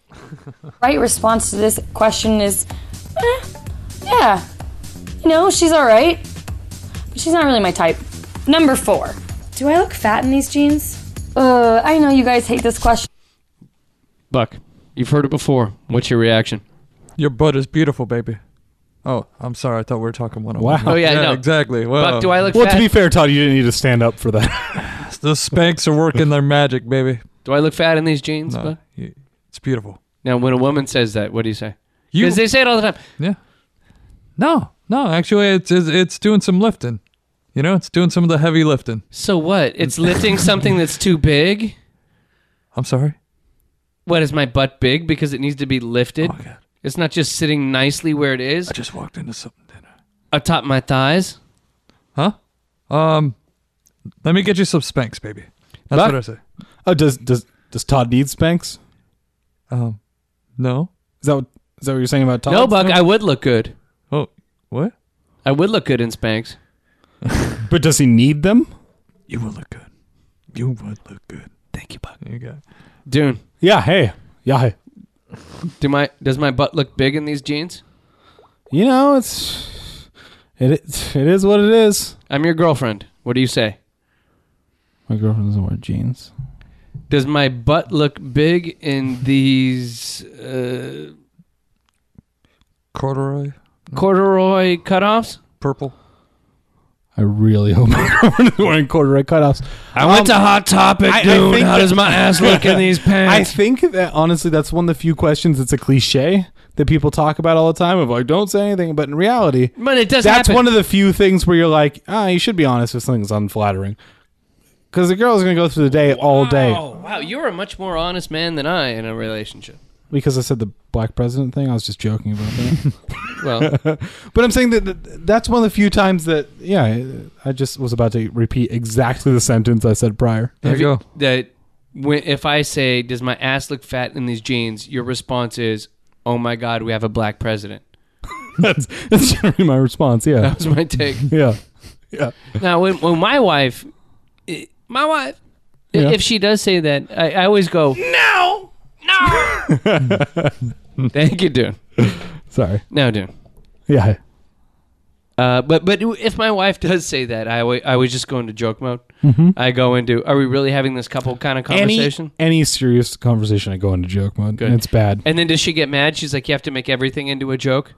S5: right response to this question is, eh, yeah, you know, she's all right, but she's not really my type. Number four. Do I look fat in these jeans? Uh, I know you guys hate this question.
S1: Buck, you've heard it before. What's your reaction?
S2: Your butt is beautiful, baby. Oh, I'm sorry. I thought we were talking one on one.
S3: Wow.
S1: Oh, yeah, I know.
S2: exactly. Well,
S1: Buck, do I look
S3: Well,
S1: fat?
S3: to be fair, Todd, you didn't need to stand up for that. [laughs]
S2: The Spanx are working their magic, baby.
S1: do I look fat in these jeans?
S2: No,
S1: Buck?
S2: you- it's beautiful.
S1: Now, when a woman says that, what do you say?
S2: You-
S1: Because they say it all the time.
S2: Yeah. No, no. Actually, it's it's, it's doing some lifting. You know, it's doing some of the heavy lifting.
S1: So what?
S2: [laughs]
S1: It's lifting something that's too big.
S2: I'm sorry.
S1: What is my butt big because it needs to be lifted?
S2: Oh, God.
S1: It's not just sitting nicely where it is
S2: I just walked into something dinner.
S1: atop my thighs.
S2: Huh? Um, let me get you some Spanx, baby. That's
S3: Buck?
S2: what I say.
S3: oh, does does does Todd need Spanx?
S2: Um, no.
S3: Is that what, is that what you're saying about Todd?
S1: No, Buck, I would look good.
S2: Oh, what?
S1: I would look good in Spanx.
S3: But does he need them?
S2: You would look good. You would look good. Thank you, Buck. You got.
S1: Dune,
S3: Yeah. Hey. Yeah. Hey.
S1: do my does my butt look big in these jeans?
S3: You know, it's it it it is what it is.
S1: I'm your girlfriend. What do you say?
S6: My girlfriend doesn't wear jeans.
S1: Does my butt look big in these uh,
S2: Corduroy,
S1: corduroy cutoffs?
S2: purple.
S6: I
S3: [laughs]
S6: really hope.
S3: Wearing corduroy cutoffs.
S1: I went to Hot Topic,
S3: Um, I- I
S1: Dune.
S3: think
S1: How
S3: that-
S1: does my
S3: [laughs]
S1: ass look in these
S3: I
S1: pants?
S3: think that honestly, that's one of the few questions that's a cliche that people talk about all the time. Of like, don't say anything. But in reality,
S1: but it does
S3: that's
S1: happen.
S3: one of the few things where you're like, ah, you should be honest if something's unflattering. Because the girl's gonna go through the day all day
S1: Oh wow, you're a much more honest man than I in a relationship.
S3: because I said the black president thing. I was just joking about that. [laughs]
S1: Well,
S3: but I'm saying that that- that's one of the few times that yeah, I just was about to repeat exactly the sentence I said prior. [laughs]
S2: There you go.
S1: that when, if I say, "Does my ass look fat in these jeans?" Your response is, "Oh my God, we have a black president." [laughs]
S3: that's that's generally my response. Yeah,
S1: That was my take.
S3: yeah.
S1: Now, when, when my wife, i- my wife, i-
S3: Yeah.
S1: if she does say that, I, I always go, no, no. Thank you, Dune.
S3: Sorry.
S1: No, Dune.
S3: Yeah.
S1: Uh, but but if my wife does say that, I alwa- I always just go into joke mode.
S3: Mm-hmm.
S1: I go into, are we really having this couple kind of conversation?
S3: Any serious conversation, I go into joke mode,
S1: Good.
S3: and it's bad.
S1: and then does she get mad? She's like, you have to make everything into a joke.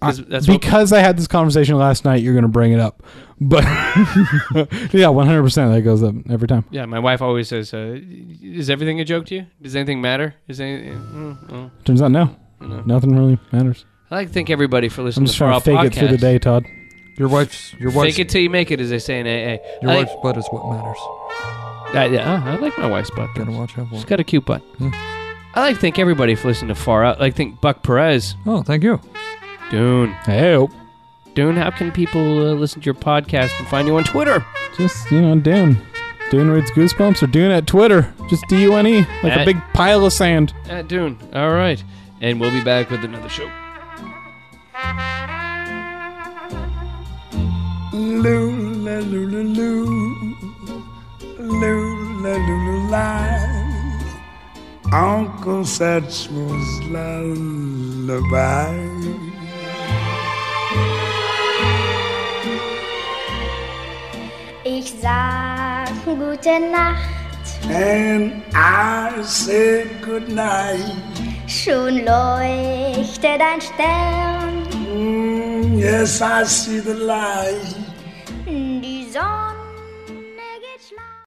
S3: Uh,
S1: 'Cause that's what-
S3: because I had this conversation last night, you're going to bring it up. But [laughs] yeah, 100% that goes up every time.
S1: yeah, my wife always says, uh, "Is everything a joke to you? Does anything matter? Is anything?"
S3: Turns out no.
S1: You know?
S3: Nothing really matters.
S1: I'd like to thank everybody for
S3: I'm
S1: listening
S3: just
S1: to
S3: trying
S1: our
S3: to fake
S1: podcast.
S3: it through the day, Todd.
S2: Your wife's your wife's
S1: Fake it till you make it, as they say in AA.
S2: your
S1: I,
S2: wife's butt is what matters.
S1: I, yeah, uh, I like my wife's butt.
S2: Gotta watch out for.
S1: She's
S2: it.
S1: got a cute butt.
S2: Hmm.
S1: I like to thank everybody for listening to Far Out. I like to thank Buck Perez,
S2: Oh, thank you.
S1: Dune,
S6: Hey, oh.
S1: Dune. How can people uh, listen to your podcast and find you on Twitter?
S6: Just, you know, Dune.
S3: Dune reads Goosebumps or Dune at Twitter. Just D U N E. Like
S1: Eh.
S3: a big pile of sand.
S1: At Uh, Dune. All right, and we'll be back with another show.
S4: [laughs] Lula, lula, loo. Lula, lula, la. Uncle Satchmel's lullaby.
S7: Ich sag gute Nacht,
S4: And I said goodnight.
S7: schon leuchtet ein Stern,
S4: Mm, yes, I see the light.
S7: die Sonne geht schlafen.